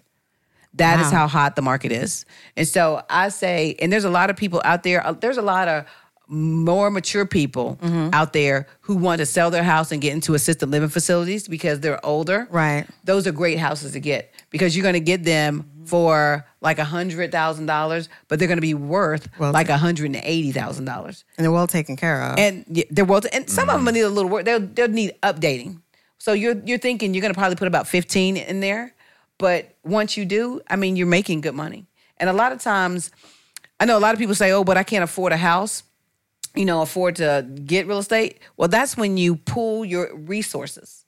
F: That is
E: Wow.
F: how hot the market is. And so I say, and there's a lot of people out there, uh, there's a lot of more mature people
E: Mm-hmm.
F: out there who want to sell their house and get into assisted living facilities because they're older.
E: Right.
F: Those are great houses to get because you're going to get them
E: Mm-hmm.
F: for like a $100,000, but they're going to be worth
E: Well,
F: like a $180,000
E: and they're well taken care of.
F: and y- they're well. And some of them need a little work. They'll they'll need updating. So you're you're thinking you're going to probably put about fifteen in there, but once you do, I mean, you're making good money. And a lot of times, I know a lot of people say, "Oh, but I can't afford a house." You know, afford to get real estate. Well, that's when you pool your resources.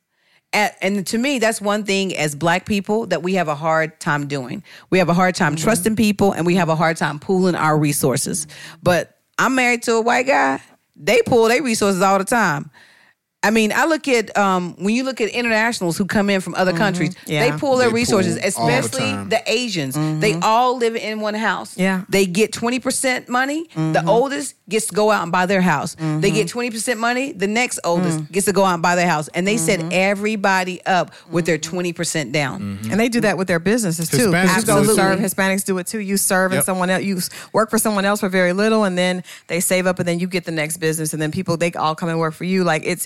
F: A- and to me, that's one thing as black people that we have a hard time doing. We have a hard time trusting people and we have a hard time pooling our resources. But I'm married to a white guy, they pool their resources all the time. I mean, I look at um, when you look at internationals who come in from other countries,
E: Yeah.
F: they pool their
C: They
F: resources,
C: pool all the
F: especially
C: time.
F: the Asians. They all live in one house.
E: Yeah.
F: They get 20% money. The oldest gets to go out and buy their house. They get 20% money. The next oldest gets to go out and buy their house. And they set everybody up with their 20% down.
E: Mm. And they do that with their businesses too. 'cause
C: Hispanics
E: you go
C: do it
E: serve.
C: too.
E: Hispanics do it too. You serve and
C: Yep.
E: someone else. You s- work for someone else for very little, and then they save up, and then you get the next business, and then people they all come and work for you. Like it's,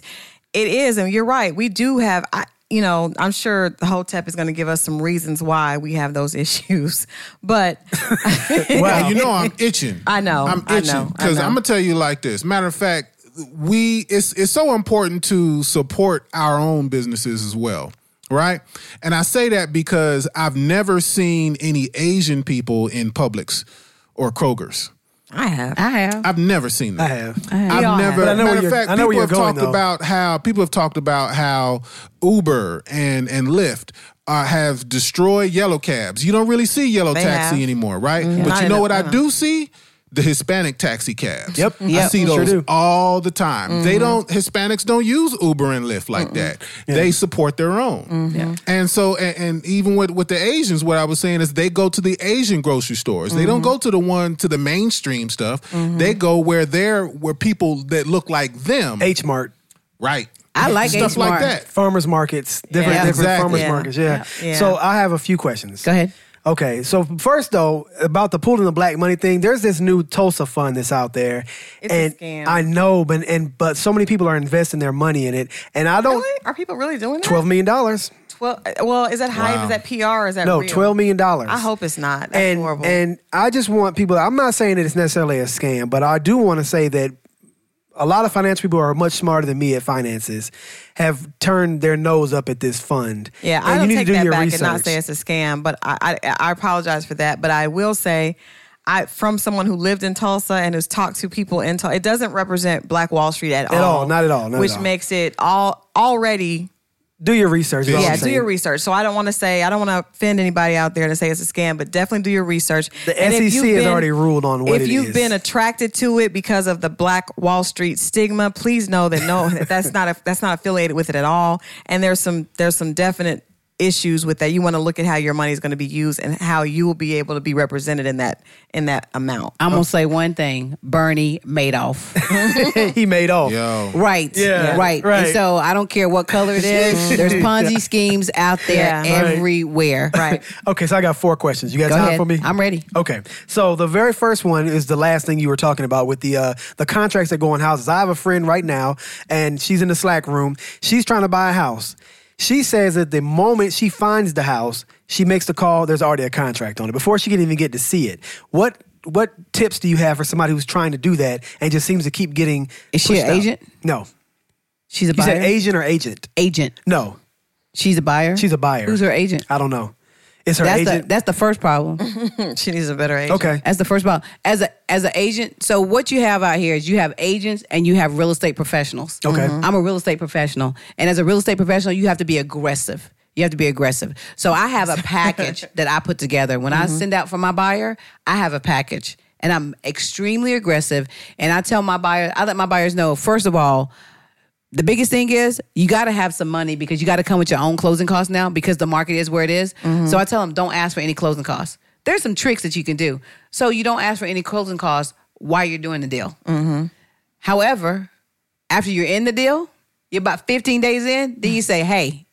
E: it is, and you're right. We do have. I, you know, I'm sure the whole TEP is going to give us some reasons why we have those [laughs] issues,
D: [laughs]
E: but
C: Well, you know I'm itching.
E: [laughs] I know,
C: I'm
E: I
C: itching
E: know, I
C: because
E: know.
C: I'm gonna tell you like this. Matter of fact, we it's it's so important to support our own businesses as well, right? And I say that because I've never seen any Asian people in Publix or Kroger's.
E: I have.
F: I have.
C: I've never seen that.
D: I have.
E: We all
C: I've never.
E: have.
D: But I know where
C: matter of
D: you're-
C: fact,
D: I know where
C: people have
D: you're going,
C: talked
D: though.
C: about how people have talked about how Uber and and Lyft uh, have destroyed yellow cabs. You don't really see yellow
E: They
C: taxi
E: have.
C: anymore, right?
E: Not
C: But you know
E: enough,
C: what I
E: uh-uh.
C: do see. The Hispanic taxi cabs.
D: Yep.
C: I
D: Yep.
C: see
D: Sure
C: those
D: do.
C: all the time.
F: Mm-hmm.
C: They don't. Hispanics don't use Uber and Lyft like that. They support their own.
F: Mm-hmm.
C: And so, and, and even with with the Asians, what I was saying is they go to the Asian grocery stores. They
F: Mm-hmm.
C: don't go to the one to the mainstream stuff. They go where they're where people that look like them.
D: H Mart,
C: right.
F: I like
C: stuff
F: H
C: like
F: Mart.
C: that.
D: farmers markets, different,
F: Yeah.
D: different
C: Exactly.
D: farmers
E: Yeah.
D: markets. Yeah.
E: Yeah.
D: So I have a few questions.
F: Go ahead.
D: Okay, so first though, about the pooling the black money thing, there's this new Tulsa fund that's out there,
E: It's a
D: and
E: scam.
D: I know, but and but so many people are investing their money in it, and I don't
E: Really? Are people really doing that?
D: twelve million dollars.
E: Twelve. Well, is that hype?
C: Wow.
E: Is that PR? Is that
D: No,
E: real?
D: twelve million dollars.
E: I hope it's not. That's
D: and,
E: horrible.
D: And I just want people. I'm not saying that it's necessarily a scam, but I do want to say that a lot of finance people who are much smarter than me at finances. Have turned their nose up at this fund.
E: Yeah,
D: And
E: I don't
D: you need
E: take
D: to do
E: that
D: your
E: back
D: research.
E: and not say it's a scam, but I, I I apologize for that. But I will say, I from someone who lived in Tulsa and has talked to people in Tulsa, it doesn't represent Black Wall Street at,
D: At all, not at all, not at
E: which
D: all.
E: makes it all already.
D: do your research. is all I'm
E: yeah, do
D: saying.
E: your research. So I don't want to say I don't want to offend anybody out there to say it's a scam, but definitely do your research.
D: The
E: And if
D: SEC
E: you've
D: has already ruled on what
E: if
D: it
E: you've
D: is.
E: been attracted to it because of the Black Wall Street stigma, please know that no, that's not a, that's not affiliated with it at all. And there's some there's some definite issues with that. You want to look at how your money is going to be used and how you will be able to be represented in that in that amount.
F: I'm going to say one thing Bernie Madoff. [laughs]
D: [laughs] he made off.
C: Yo.
F: right.
D: Yeah.
F: Right. And
D: Right.
F: so I don't care what color it is, [laughs] there's Ponzi schemes out there
E: Yeah.
D: Right.
F: everywhere.
E: Right.
D: Okay, so I got four questions. You got
F: Go
D: time
F: ahead.
D: for me?
F: I'm ready.
D: Okay, so the very first one is the last thing you were talking about with the uh, the contracts that go on houses. I have a friend right now, and she's in the Slack room. She's trying to buy a house. She says that the moment she finds the house, she makes the call. There's already a contract on it before she can even get to see it. What what tips do you have for somebody who's trying to do that and just seems to keep getting?
F: Is she
D: pushed
F: an
D: out?
F: agent?
D: No,
F: She's a
D: you
F: buyer.
D: said agent or agent?
F: agent.
D: No,
F: She's a buyer.
D: she's a buyer.
F: Who's her agent?
D: I don't know. It's her
F: that's
D: agent.
F: the that's the first problem. Mm.
E: She needs a better agent.
D: okay.
F: That's the first problem. As a as an agent, so what you have out here is you have agents and you have real estate professionals.
D: Okay. Mhm.
F: I'm a real estate professional, and as a real estate professional, you have to be aggressive. You have to be aggressive. So I have a package that I put together. When I send out for my buyer, I have a package, and I'm extremely aggressive. And I tell my buyer, I let my buyers know first of all. The biggest thing is you got to have some money because you got to come with your own closing costs now because the market is where it is. So I tell them don't ask for any closing costs. There's some tricks that you can do. So you don't ask for any closing costs while you're doing the deal. However, after you're in the deal, You're about 15 days in, then you say, hey,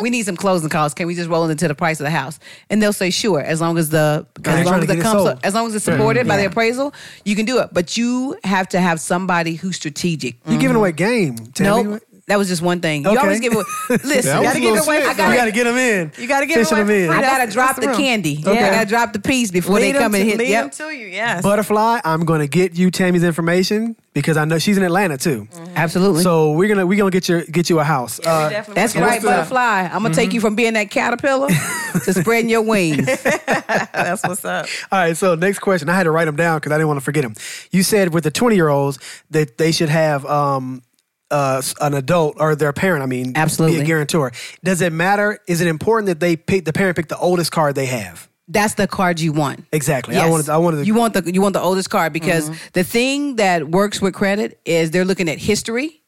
F: we need some closing costs. Can we just roll it into the price of the house? And they'll say, sure, as long as the
D: they're
F: as
D: trying
F: long
D: to
F: as, the
D: get it
F: comps
D: sold.
F: are- as long as it's supported by the appraisal, you can do it. But you have to have somebody who's strategic.
D: You're giving away game, Tammy.
F: Nope. That was just one thing. You
D: Okay.
F: always
D: [laughs]
F: give away. Listen,
C: That
F: you
C: was
F: gotta
C: a
F: give
C: little
F: it away.
C: sick.
F: I
D: You
F: gotta,
D: got to get them in.
E: You gotta get it
D: Fishing
E: away
D: them in.
E: for free.
F: I gotta
E: That's-
F: drop
E: that's
F: the,
E: the rule.
F: candy.
E: Okay.
F: I gotta drop the piece before
E: Lead
F: they come
E: them
F: and
E: to-
F: hit.
E: lead
F: yep.
E: them to you. Yes.
D: Butterfly, I'm going to get you Tammy's information because I know she's in Atlanta too.
F: Absolutely.
D: So we're gonna we're gonna get your get you a house.
E: We
D: Uh,
E: definitely
F: That's
E: working
F: right,
E: on that.
F: butterfly. I'm gonna take you from being that caterpillar to spreading your wings.
E: That's what's up.
D: all right. So next question, I had to write them down because I didn't want to forget them. You said with the 20 year olds that they should have um uh an adult or their parent. I mean, be
F: Absolutely.
D: a guarantor. Does it matter? Is it important that they pick the parent pick the oldest card they have?
F: [laughs] That's the card you want.
D: Exactly. I
F: Yes.
D: wanted I wanted to,
F: you want the you want the oldest card because the thing that works with credit is they're looking at history.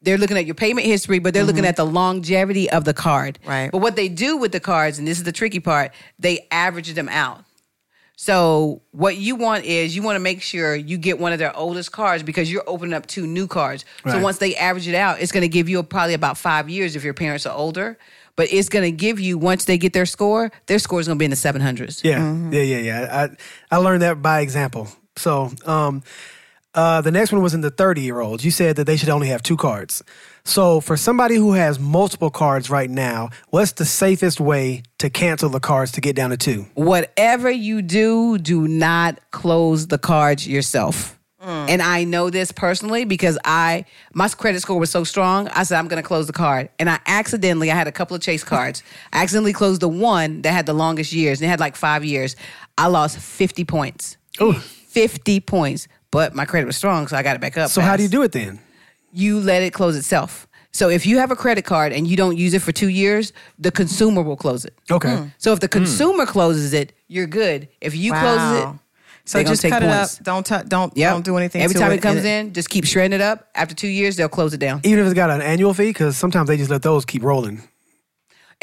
F: They're looking at your payment history, but they're looking at the longevity of the card.
E: Right.
F: But what they do with the cards, and this is the tricky part, they average them out. So what you want is you want to make sure you get one of their oldest cards because you're opening up two new cards. So
D: Right.
F: once they average it out, it's going to give you probably about five years if your parents are older. But it's going to give you once they get their score, their score is going to be in the seven hundreds.
D: Yeah, yeah, yeah, yeah. I I learned that by example. So, um, uh, the next one was in the thirty year olds. You said that they should only have two cards. So, for somebody who has multiple cards right now, what's the safest way to cancel the cards to get down to two?
F: whatever you do, do not close the cards yourself. And I know this personally because I my credit score was so strong. I said I'm going to close the card, and I accidentally I had a couple of chase cards. I accidentally closed the one that had the longest years, and it had like five years. I lost fifty points. Oh, fifty points. But my credit was strong, so I got it back up.
D: So, how do you
F: fast
D: do it then?
F: you let it close itself. So if you have a credit card and you don't use it for two years, the consumer will close it.
D: Okay. Hmm.
F: So if the consumer closes it, you're good. If you close it,
E: So
F: they gonna
E: just
F: take
E: cut
F: points.
E: it up. Don't t- don't
F: yeah,
E: don't do anything.
F: Every
E: to
F: time it,
E: it,
F: comes
E: And
F: in, just keep shredding it up. After two years, they'll close it down.
D: Even if it's got an annual fee, because sometimes they just let those keep rolling.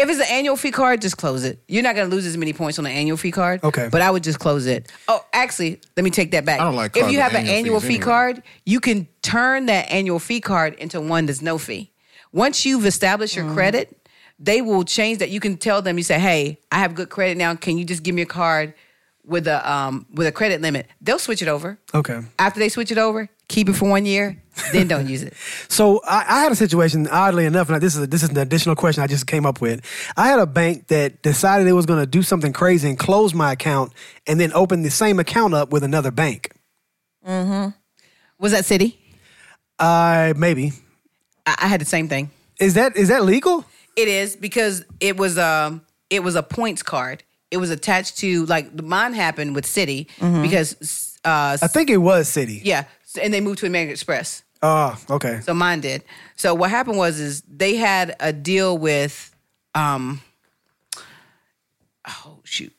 F: If it's an annual fee card, just close it. You're not going to lose as many points on an annual fee card.
D: Okay.
F: But I would just close it. Oh, actually, let me take that back.
C: I don't like
F: If
C: cards
F: you
C: with
F: have an
C: annual
F: annual
C: fees
F: fee
C: anyway.
F: card, you can turn that annual fee card into one that's no fee. Once you've established your credit, they will change that. You can tell them, you say, "Hey, I have good credit now. Can you just give me a card with a um with a credit limit?" They'll switch it over.
D: Okay.
F: After they switch it over, keep it for one year, then don't
C: [laughs]
F: use it.
D: So I, I had a situation, oddly enough, and I- this is this is an additional question I just came up with. I had a bank that decided it was going to do something crazy and close my account, and then open the same account up with another bank.
F: Was that city?
D: Uh, maybe
F: I, I had the same thing.
D: is that is that legal?
F: It is because it was um it was a points card. It was attached to like mine happened with City because uh
D: I think it was City.
F: yeah, and they moved to American Express.
D: Oh, okay.
F: So mine did. So what happened was is they had a deal with um oh shoot.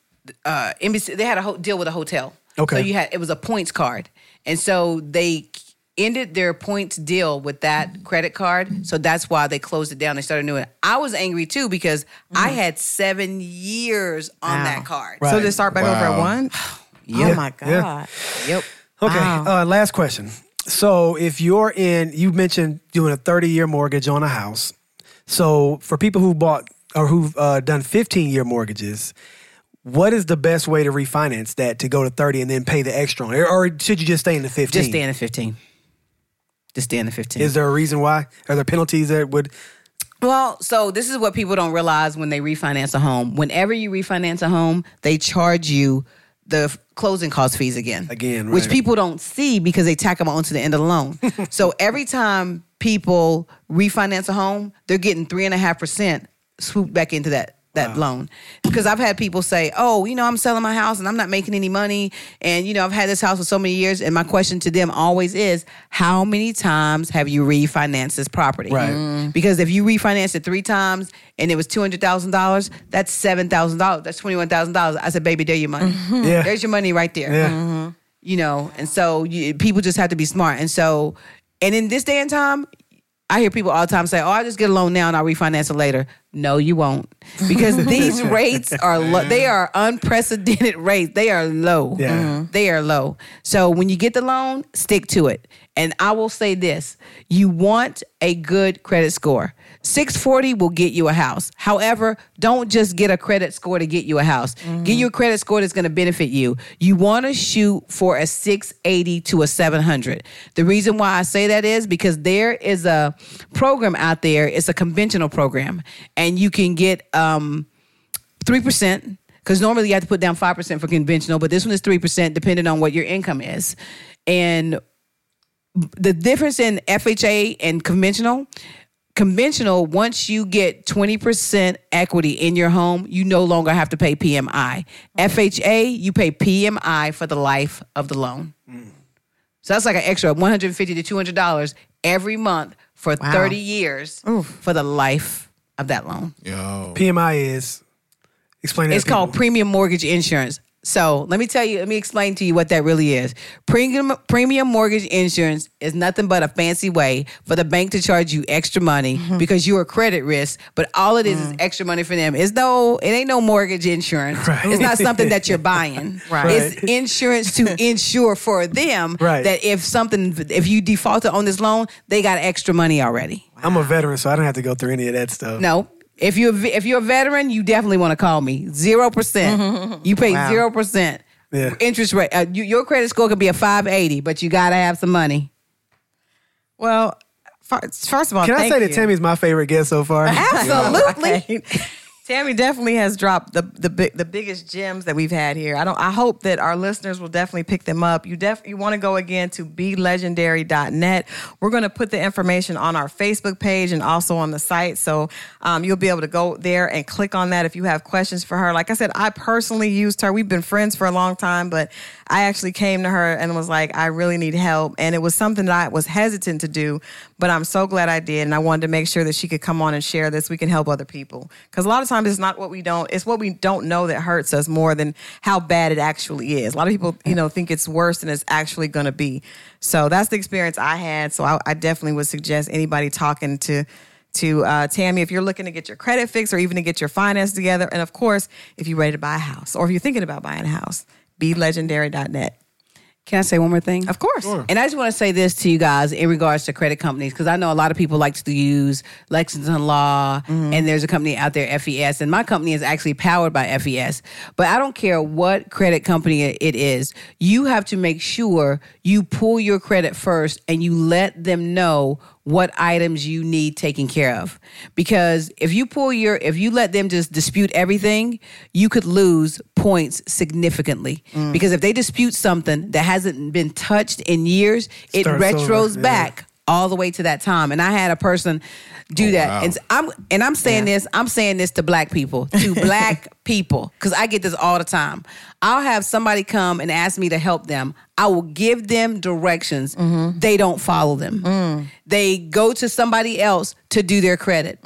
F: Uh NBC they had a whole deal with a hotel.
D: Okay.
F: So you had it was a points card. And so they ended their points deal with that credit card. So that's why they closed it down. They started new one. I was angry too because I had seven years on
E: Wow.
F: that card.
E: it-
D: Mm. Right.
E: So just start back over at
C: Wow.
E: one. Oh my
D: [sighs]
E: god.
D: yeah.
F: Yep.
D: Okay.
E: Wow.
D: Uh, last question. So if you're in, you mentioned doing a 30 year mortgage on a house. So for people who bought or who've uh, done 15 year mortgages, what is the best way to refinance that to go to 30 and then pay the extra on it? Or should you just stay in the 15?
F: Just stay in the fifteen. Just stay in the fifteen.
D: Is there a reason why? Are there penalties that would?
F: Well, so this is what people don't realize when they refinance a home. Whenever you refinance a home, they charge you the f- closing cost fees again.
D: Again,
F: Which
D: right.
F: people don't see because they tack them onto the end of
D: [laughs]
F: the loan. so every time people refinance a home, they're getting 3.5% swooped back into that. That loan, because I've had people say, "Oh, you know, I'm selling my house and I'm not making any money, and you know, I've had this house for so many years." And my question to them always is, "How many times have you refinanced this property?" Mm.
D: Right.
F: Because if you refinance it three times and it was two hundred thousand dollars, that's seven thousand dollars. That's twenty one thousand dollars. I said, baby, there
D: [laughs]
F: your money.
D: Yeah.
F: Mm-hmm. There's Mm-hmm. your money right there.
D: Yeah.
F: You know, and so you, people just have to be smart. And so, and in this day and time, I hear people all the time say, "Oh, I just get a loan now and I'll refinance it later." No, you won't, because these rates are low. They are unprecedented rates. They are low. Mm-hmm.
D: Yeah. Mhm.
F: They are low. So when you get the loan, stick to it. And I will say this: you want a good credit score. 640 will get you a house. However, don't just get a credit score to get you a house. Get you a credit score that's going to benefit you. You want to shoot for a 680 to a 700. The reason why I say that is because there is a program out there. It's a conventional program, and you can get um, three percent because normally you have to put down five percent for conventional, but this one is three percent depending on what your income is. And the difference in FHA and conventional, conventional once you get twenty percent equity in your home, you no longer have to pay PMI. FHA, you pay PMI for the life of the loan. So that's like an extra one hundred fifty to two hundred dollars every month for thirty years for the life of that loan.
C: Yo.
D: PMI is. Explain it.
F: It's called premium mortgage insurance. So let me tell you, let me explain to you what that really is. Premium premium mortgage insurance is nothing but a fancy way for the bank to charge you extra money
D: Mm-hmm.
F: because you're a credit risk, but all it is
D: Mm.
F: is extra money for them. It's no, it ain't no mortgage insurance.
D: Right.
F: It's not something that
D: [laughs]
F: you're buying.
E: Right.
F: It's insurance to insure for them
D: Right.
F: that if something if you defaulted on this loan, they got extra money already.
D: I'm a veteran, so I don't have to go through any of that stuff.
F: No. If you're if you're a veteran, you definitely want to call me. Zero percent. You pay zero percent
D: Yeah.
F: interest rate. Uh, you, your credit score could be a five eighty, but you gotta have some money.
E: Well, fir- first of all,
D: Can I
E: thank
D: say
E: you.
D: that Tammy's my favorite guest so far?
F: Absolutely.
E: Okay. [laughs] Tammy definitely has dropped the the big the biggest gems that we've had here. I don't I hope that our listeners will definitely pick them up. You def you want to go again to belegendary.net. We're going to put the information on our Facebook page and also on the site. So um, you'll be able to go there and click on that if you have questions for her. Like I said, I personally used her. We've been friends for a long time, but I actually came to her and was like, I really need help. And it was something that I was hesitant to do, but I'm so glad I did. And I wanted to make sure that she could come on and share this. We can help other people. Because a lot of times it's not what we don't, it's what we don't know that hurts us more than how bad it actually is. A lot of people, you know, think it's worse than it's actually going to be. So that's the experience I had. So I, I definitely would suggest anybody talking to, to uh, Tammy if you're looking to get your credit fixed or even to get your finance together. And of course, if you're ready to buy a house or if you're thinking about buying a house, belegendary.net.
F: Can I say one more thing?
E: Of course.
F: And I just want to say this to you guys in regards to credit companies, because I know a lot of people like to use Lexington Law, and there's a company out there, FES, and my company is actually powered by FES. But I don't care what credit company it is, you have to make sure you pull your credit first and you let them know what items you need taken care of. Because if you pull your, if you let them just dispute everything, you could lose points significantly.
D: Mm.
F: Because if they dispute something that hasn't been touched in years, it
D: Starts
F: retros
D: over, yeah.
F: back all the way to that time. And I had a person do that. And I'm and I'm saying this, I'm saying this to black people, to black people, because I get this all the time. I'll have somebody come and ask me to help them. I will give them directions. They don't follow them. They go to somebody else to do their credit.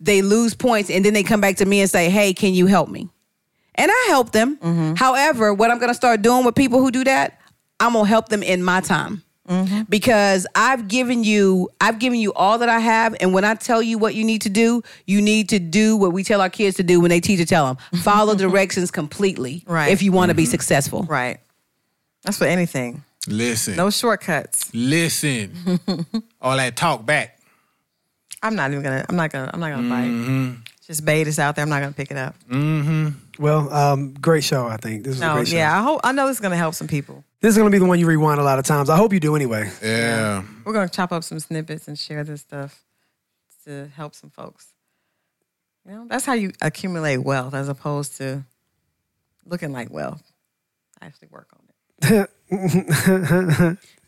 F: They lose points and then they come back to me and say, Hey, can you help me? and I help them.
D: Mm-hmm.
F: However, what I'm going to start doing with people who do that, I'm going to help them in my time.
D: Mm-hmm.
F: Because I've given you, I've given you all that I have, and when I tell you what you need to do, you need to do what we tell our kids to do when they teacher tell them.
D: [laughs]
F: Follow directions completely,
E: Right.
F: If you want to
D: Mm-hmm.
F: be successful,
E: Right. That's for anything.
C: Listen.
E: No shortcuts.
C: Listen.
F: [laughs]
C: All that talk back.
E: I'm not even gonna. I'm not gonna. I'm not gonna
D: Mm-hmm.
E: bite. Just bait is out there. I'm not gonna pick it up.
D: Well, um, great show, I think. This was a
E: No.
D: great show.
E: Yeah. I hope. I know this is gonna help some people.
D: This is going to be the one you rewind a lot of times. I hope you do anyway.
C: Yeah.
E: We're gonna chop up some snippets and share this stuff to help some folks. You know, that's how you accumulate wealth, as opposed to looking like wealth. Actually, work on it.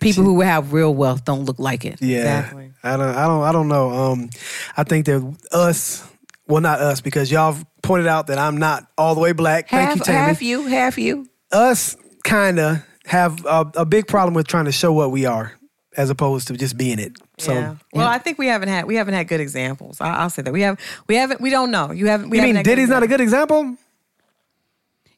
F: People who have real wealth don't look like it.
D: Yeah.
E: Exactly.
D: I don't I don't I don't know. Um I think that us well not us because y'all pointed out that I'm not all the way black.
F: Half,
D: Thank you, Tammy.
F: half you, half you.
D: Us kinda have a, a big problem with trying to show what we are as opposed to just being it. So
E: yeah. Well, I think we haven't had we haven't had good examples. I, I'll say that we have we haven't we don't know. You haven't. We
D: You
E: haven't
D: mean
E: had good
D: Diddy's not a good example?
E: [laughs]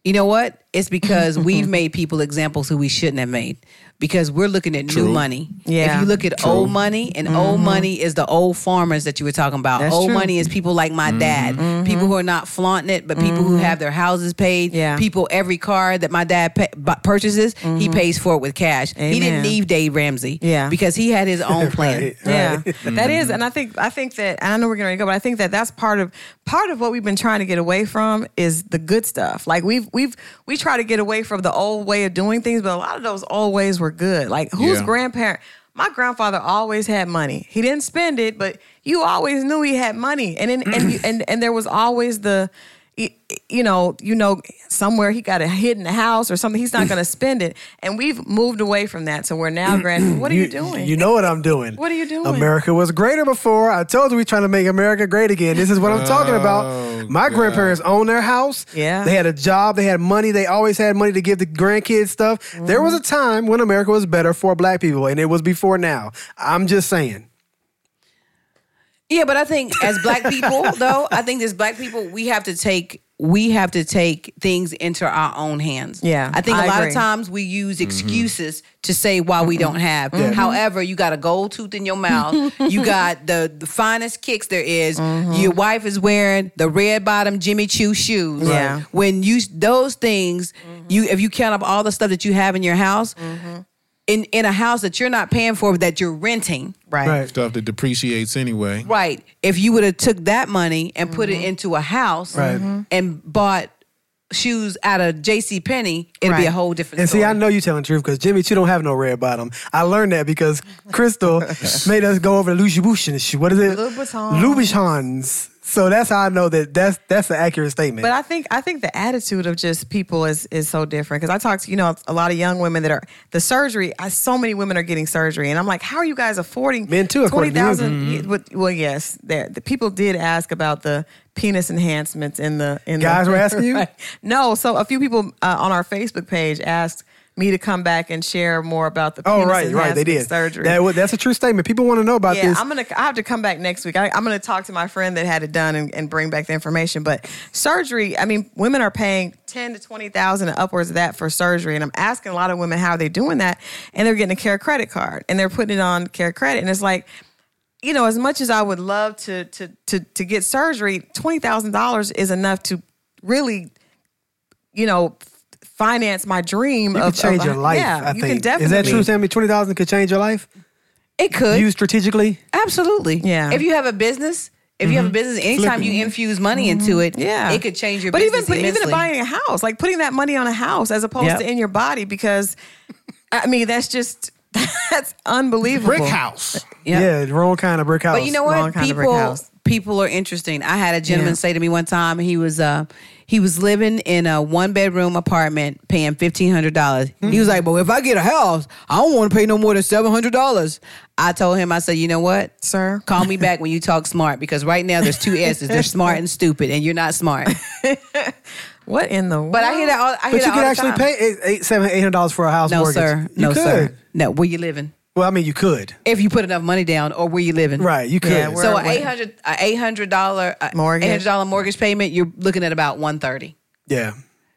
F: You know what? It's because we've made people examples who we shouldn't have made. because we're looking at
C: True.
F: new money.
E: Yeah. Mm-hmm.
F: If you look at old money, and old money is the old farmers that you were talking about.
E: That's
F: old
E: true. Mm-hmm.
F: money is people like my dad, people who are not flaunting it, but people who have their houses paid.
E: Yeah. Mm-hmm.
F: People, every car that my dad pa- bu- purchases, he pays for it with cash. He
E: Amen.
F: didn't need Dave Ramsey
E: Yeah.
F: because he had his
E: [laughs]
F: own plan.
E: Yeah, that is, and I think I think that and I know we're gonna go, but I think that that's part of part of what we've been trying to get away from is the good stuff. Like we've we've we try to get away from the old way of doing things, but a lot of those old ways were good. Like whose
C: Yeah.
E: grandparent? My grandfather always had money. He didn't spend it, but you always knew he had money, and then, and you, and and there was always the. y- You know, you know, somewhere he got a hidden house or something. He's not going to spend it, and we've moved away from that. So we're now, grand. What are you, doing?
D: You know what I'm doing.
E: What are you doing?
D: America was greater before. I told you we trying to make America great again. This is what I'm talking about. My
C: God.
D: grandparents owned their house.
E: Yeah.
D: They had a job. They had money. They always had money to give the grandkids stuff. There was a
E: Mm-hmm.
D: time when America was better for black people, and it was before now. I'm just saying.
F: Yeah, but I think as black
E: [laughs]
F: people, though, I think as black people, we have to take we have to take things into our own hands.
E: Yeah,
F: I think a
E: I
F: lot
E: agree. Mm-hmm.
F: of times we use excuses to say why we don't have. However, you got a gold tooth in your mouth.
E: [laughs]
F: you got the, the finest kicks there is.
E: Mm-hmm.
F: Your wife is wearing the red bottom Jimmy Choo shoes.
E: Yeah. Mm-hmm.
F: When you those things, you if you count up all the stuff that you have in your house, in in a house that you're not paying for that you're renting.
D: Right.
C: Stuff that depreciates anyway.
F: Right. If you would have took that money and put
E: Mm-hmm.
F: it into a house
D: Right. Mhm.
F: and bought shoes out of JC Penney, it'd be
E: Right.
F: a whole different
D: And see,
F: story.
D: I know you telling the truth because Jimmy Choo don't have no red bottom. I learned that because Crystal
E: [laughs]
D: made us go over to Louboutin. What is it?
E: Louboutin.
D: Louboutins. So that's how I know that that's that's an accurate statement.
E: But I think I think the attitude of just people is is so different because I talk to you know a lot of young women that are the surgery. I, so many women are getting surgery, and I'm like, how are you guys affording
D: Men too,
E: Twenty
D: according to you.
E: thousand. Well, yes, that the people did ask about the penis enhancements in the in the- [laughs]
D: Guys were asking you?
E: No, so a few people uh, on our Facebook page asked me to come back and share more about the
D: Oh
E: penis
D: right, right. They
E: enhancement
D: did
E: surgery.
D: That wa- that's a true statement. People want to know about
E: yeah,
D: this.
E: I'm gonna. I have to come back next week. I, I'm gonna talk to my friend that had it done and, and bring back the information. But surgery, I mean, women are paying ten to twenty thousand and upwards of that for surgery, and I'm asking a lot of women how they're doing that, and they're getting a care credit card and they're putting it on care credit, and it's like. You know, as much as I would love to to to to get surgery, twenty thousand dollars is enough to really, you know, f- finance my dream
D: you
E: of
D: could change
E: of-
D: your life.
E: Yeah,
D: I
E: you
D: think.
E: can definitely.
D: Is that true, Sammy? Twenty thousand could change your life.
F: it could.
D: Used strategically.
F: absolutely.
E: Yeah. Mm-hmm.
F: If you have a business, if you have a business, anytime you infuse money into it,
E: Yeah,
F: it could change your
E: But
F: business.
E: even but even
F: immensely.
E: buying a house, like putting that money on a house as opposed
F: Yep.
E: to in your body, because I mean that's just [laughs] that's unbelievable.
C: Brick house.
F: Yeah.
D: Yeah, the wrong kind of brick house.
F: But you know
E: Wrong
F: what?
E: kind of brick
F: People
E: house.
F: people are interesting. I had a gentleman
E: Yeah.
F: say to me one time he was uh he was living in a one bedroom apartment paying fifteen hundred dollars.
D: Mm-hmm.
F: He was like, "But if I get a house, I don't want to pay no more than seven hundred dollars." I told him, I said, "You know what,
E: Sir.
F: Call me back when you talk smart because right now there's two
D: [laughs]
F: S's. They're smart and stupid, and you're not smart."
E: What in the world?
F: But I hear that. All, I hear
D: But
F: that
D: you could
F: all the
D: actually
F: time.
D: pay eight, eight, seven, eight hundred dollars for a house
F: No,
D: mortgage.
F: sir.
D: You
F: no,
D: could.
F: sir. No. Where you living?
D: Well, I mean, you could.
F: If you put enough money down, or where you living?
D: Right, you could.
E: Yeah, we're-
F: So
E: Or
F: a
E: what?
F: eight hundred a eight hundred dollar
E: Mortgage.
F: eight hundred dollar mortgage payment, you're looking at about one thirty.
D: yeah.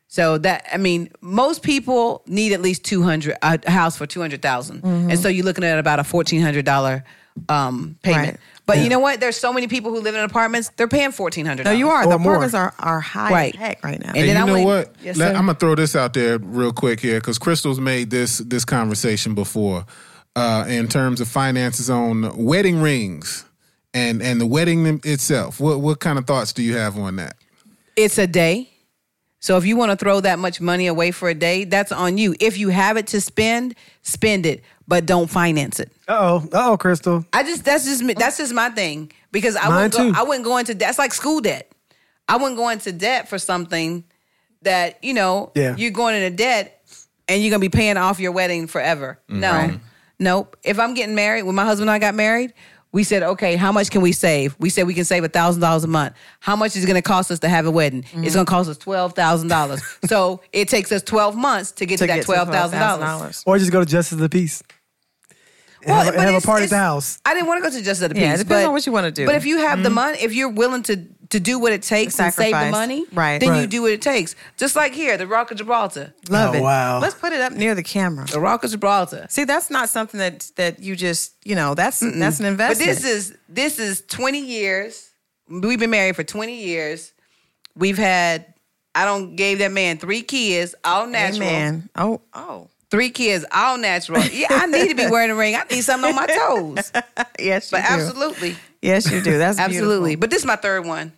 F: So that I mean, most people need at least two hundred a house for two
E: Mm-hmm.
F: and so you're looking at about a fourteen hundred dollar um, payment.
E: Right.
F: But you know what? There's so many people who live in apartments; they're paying fourteen hundred.
E: no, you are. The
D: Or more.
E: apartments are are high
F: Right.
E: as heck right now.
F: And-
C: And,
F: then
C: you
F: I
C: know
F: went-
C: what?
F: Yes,
C: Let-
F: sir.
C: I'm gonna throw this out there real quick here because Crystal's made this this conversation before uh, in terms of finances on wedding rings and and the wedding them- itself. What what kind of thoughts do you have on that?
F: It's a day. So if you want to throw that much money away for a day, that's on you. If you have it to spend, spend it, but don't finance it.
D: Uh oh. Uh oh, Crystal.
F: I just that's just me- that's just my thing because I
D: Mine
F: wouldn't go,
D: too.
F: I wouldn't go into that's like school debt. I wouldn't go into debt for something that you know
D: Yeah.
F: you're going into debt and you're gonna be paying off your wedding forever. No, nope. If I'm getting married, when my husband and I got married, we said, okay, how much can we save? We said we can save a thousand dollars a month. How much is it gonna cost us to have a wedding? It's gonna cost us twelve thousand [laughs] dollars. so it takes us twelve months to get to, that
E: get to
F: twelve thousand dollars.
E: $12,000.
D: Or just go to Justice of the Peace. And
F: Well,
D: have, a-
F: but
D: have a
F: it's-
D: party at the
F: it's-
D: house.
F: I didn't want to go to Justice of the Peace.
E: Yeah, it depends
F: but-
E: on what you wanna do. Mm-hmm.
F: But if you have the money, if you're willing to to do what it takes and save the
E: sacrifice.
F: money,
E: Right.
F: then you
D: Right.
F: do what it takes. Just like here, the Rock of Gibraltar.
E: Love
D: Oh,
E: it.
D: wow.
E: Let's put it up near the camera.
F: The Rock of Gibraltar.
E: See, that's not something that that you just you know that's that's an
F: But
E: investment.
F: this is this is 20 years. We've been married for 20 years. We've had I don't gave that man three kids, all natural.
E: man. Oh oh
F: Three kids, all natural.
E: [laughs]
F: Yeah, I need to be wearing a ring. I need something on my toes.
E: yes, you
F: But
E: do.
F: absolutely,
E: yes you do. That's
F: absolutely.
E: beautiful.
F: But this is my third one.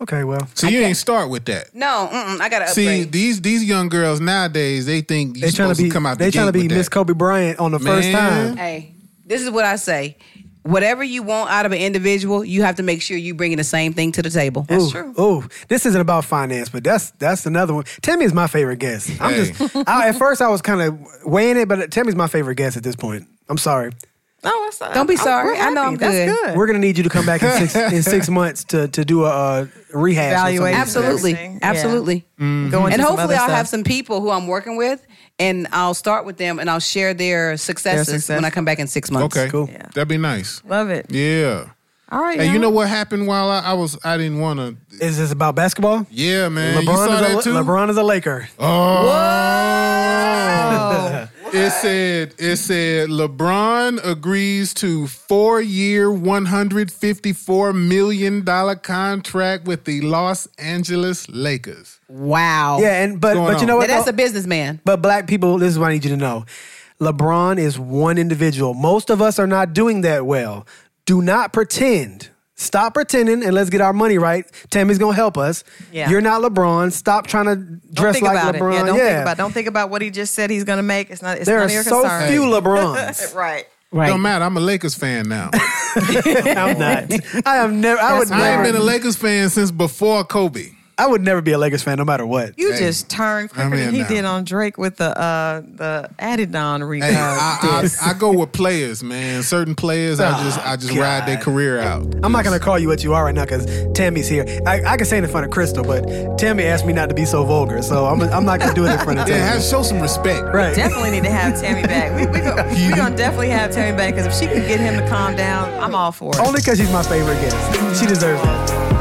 D: Okay, well,
C: So you ain't start with that.
F: No, mm-mm, I gotta
C: See,
F: upgrade.
C: these these young girls nowadays, they think
D: they
C: you're
D: trying
C: supposed
D: to
C: to,
D: be
C: come out
D: they
C: the
D: trying to
C: gate
D: be
C: with
D: Miss
C: that.
D: Kobe Bryant on the first
C: Man.
D: time.
F: hey, this is what I say. Whatever you want out of an individual, you have to make sure you bringing the same thing to the table.
D: Ooh, ooh, this isn't about finance, but that's that's another one. Tammy is my favorite guest. I'm
C: Hey.
E: [laughs]
D: just I, at first I was kind of weighing it, but Tammy's my favorite guest at this point. I'm sorry.
E: Oh, that's,
F: Don't be
E: I'm-
F: sorry.
E: we're
F: I know
E: happy.
F: I'm
E: That's
F: good.
E: good.
D: We're gonna need you to come back in six
E: [laughs]
D: in six months to to do a, uh rehash. or something.
E: Evaluation.
F: Absolutely,
E: Interesting. Yeah.
F: absolutely.
E: Going
F: And
E: to some
F: hopefully,
E: other
F: I'll
E: stuff.
F: have some people who I'm working with, and I'll start with them, and I'll share their successes
E: success.
F: when I come back in six months.
C: Okay,
D: Cool.
E: Yeah.
C: That'd be nice.
E: Love it.
C: Yeah.
E: All right.
C: And you
E: y'all.
C: know what happened while I, I was I didn't want to.
D: Is this about basketball?
C: Yeah, man. you
D: LeBron,
C: saw that
D: is
C: too.
D: a, LeBron is a Laker.
C: Oh. It said it said LeBron agrees to 4-year, 154 million dollar contract with the Los Angeles Lakers.
F: Wow.
D: Yeah, and but
C: going
D: but you know
C: on?
F: Now,
D: what?
F: Oh. that's
D: though?
F: a businessman.
D: But black people, this is what I need you to know. LeBron is one individual. Most of us are not doing that well. Do not pretend. Stop pretending and let's get our money right. Tammy's gonna help us.
E: Yeah.
D: You're not LeBron. Stop trying to
E: don't
D: dress
E: think
D: like
E: about
D: LeBron.
E: it. Yeah, don't think about. Don't think about what he just said he's going to make. It's not. It's
D: there
E: none
D: are
E: of your
D: so
E: concern.
D: few
E: [laughs]
D: LeBrons.
E: Right.
F: Right.
C: Don't matter. I'm a Lakers fan [laughs] now.
D: I'm not. I am never. I would
C: I ain't
D: never.
C: been a Lakers fan since before Kobe.
D: I would never be a Lakers fan, no matter what.
E: You
C: Hey,
E: just turned quicker
C: I'm in
E: than he
C: now.
E: did on Drake with the uh the Adidon re-
C: Hey,
E: uh,
C: I,
E: diss.
C: I, I go with players, man. Certain players, I just I just ride their career out.
D: I'm not gonna call you what you are right now because Tammy's here. I, I can say it in front of Crystal, but Tammy asked me not to be so vulgar, so I'm, I'm not gonna do it in front
C: [laughs]
D: of
C: Yeah,
D: Tammy.
C: have, show some respect.
D: right.
E: definitely need to have Tammy back. We we gonna, we gonna definitely have Tammy back because if she can get him to calm down, I'm all for it.
D: Only because she's my favorite guest. She deserves it.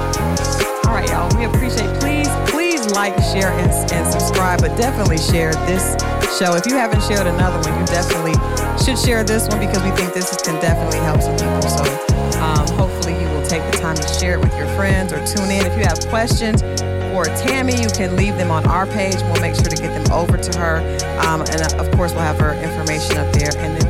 E: All right, y'all. We appreciate. Please, please like, share, and, and subscribe. But definitely share this show. If you haven't shared another one, you definitely should share this one because we think this is- can definitely help some people. So um, hopefully you will take the time to share it with your friends or tune in. If you have questions for Tammy, you can leave them on our page. We'll make sure to get them over to her. Um, and uh, of course, we'll have her information up there. And then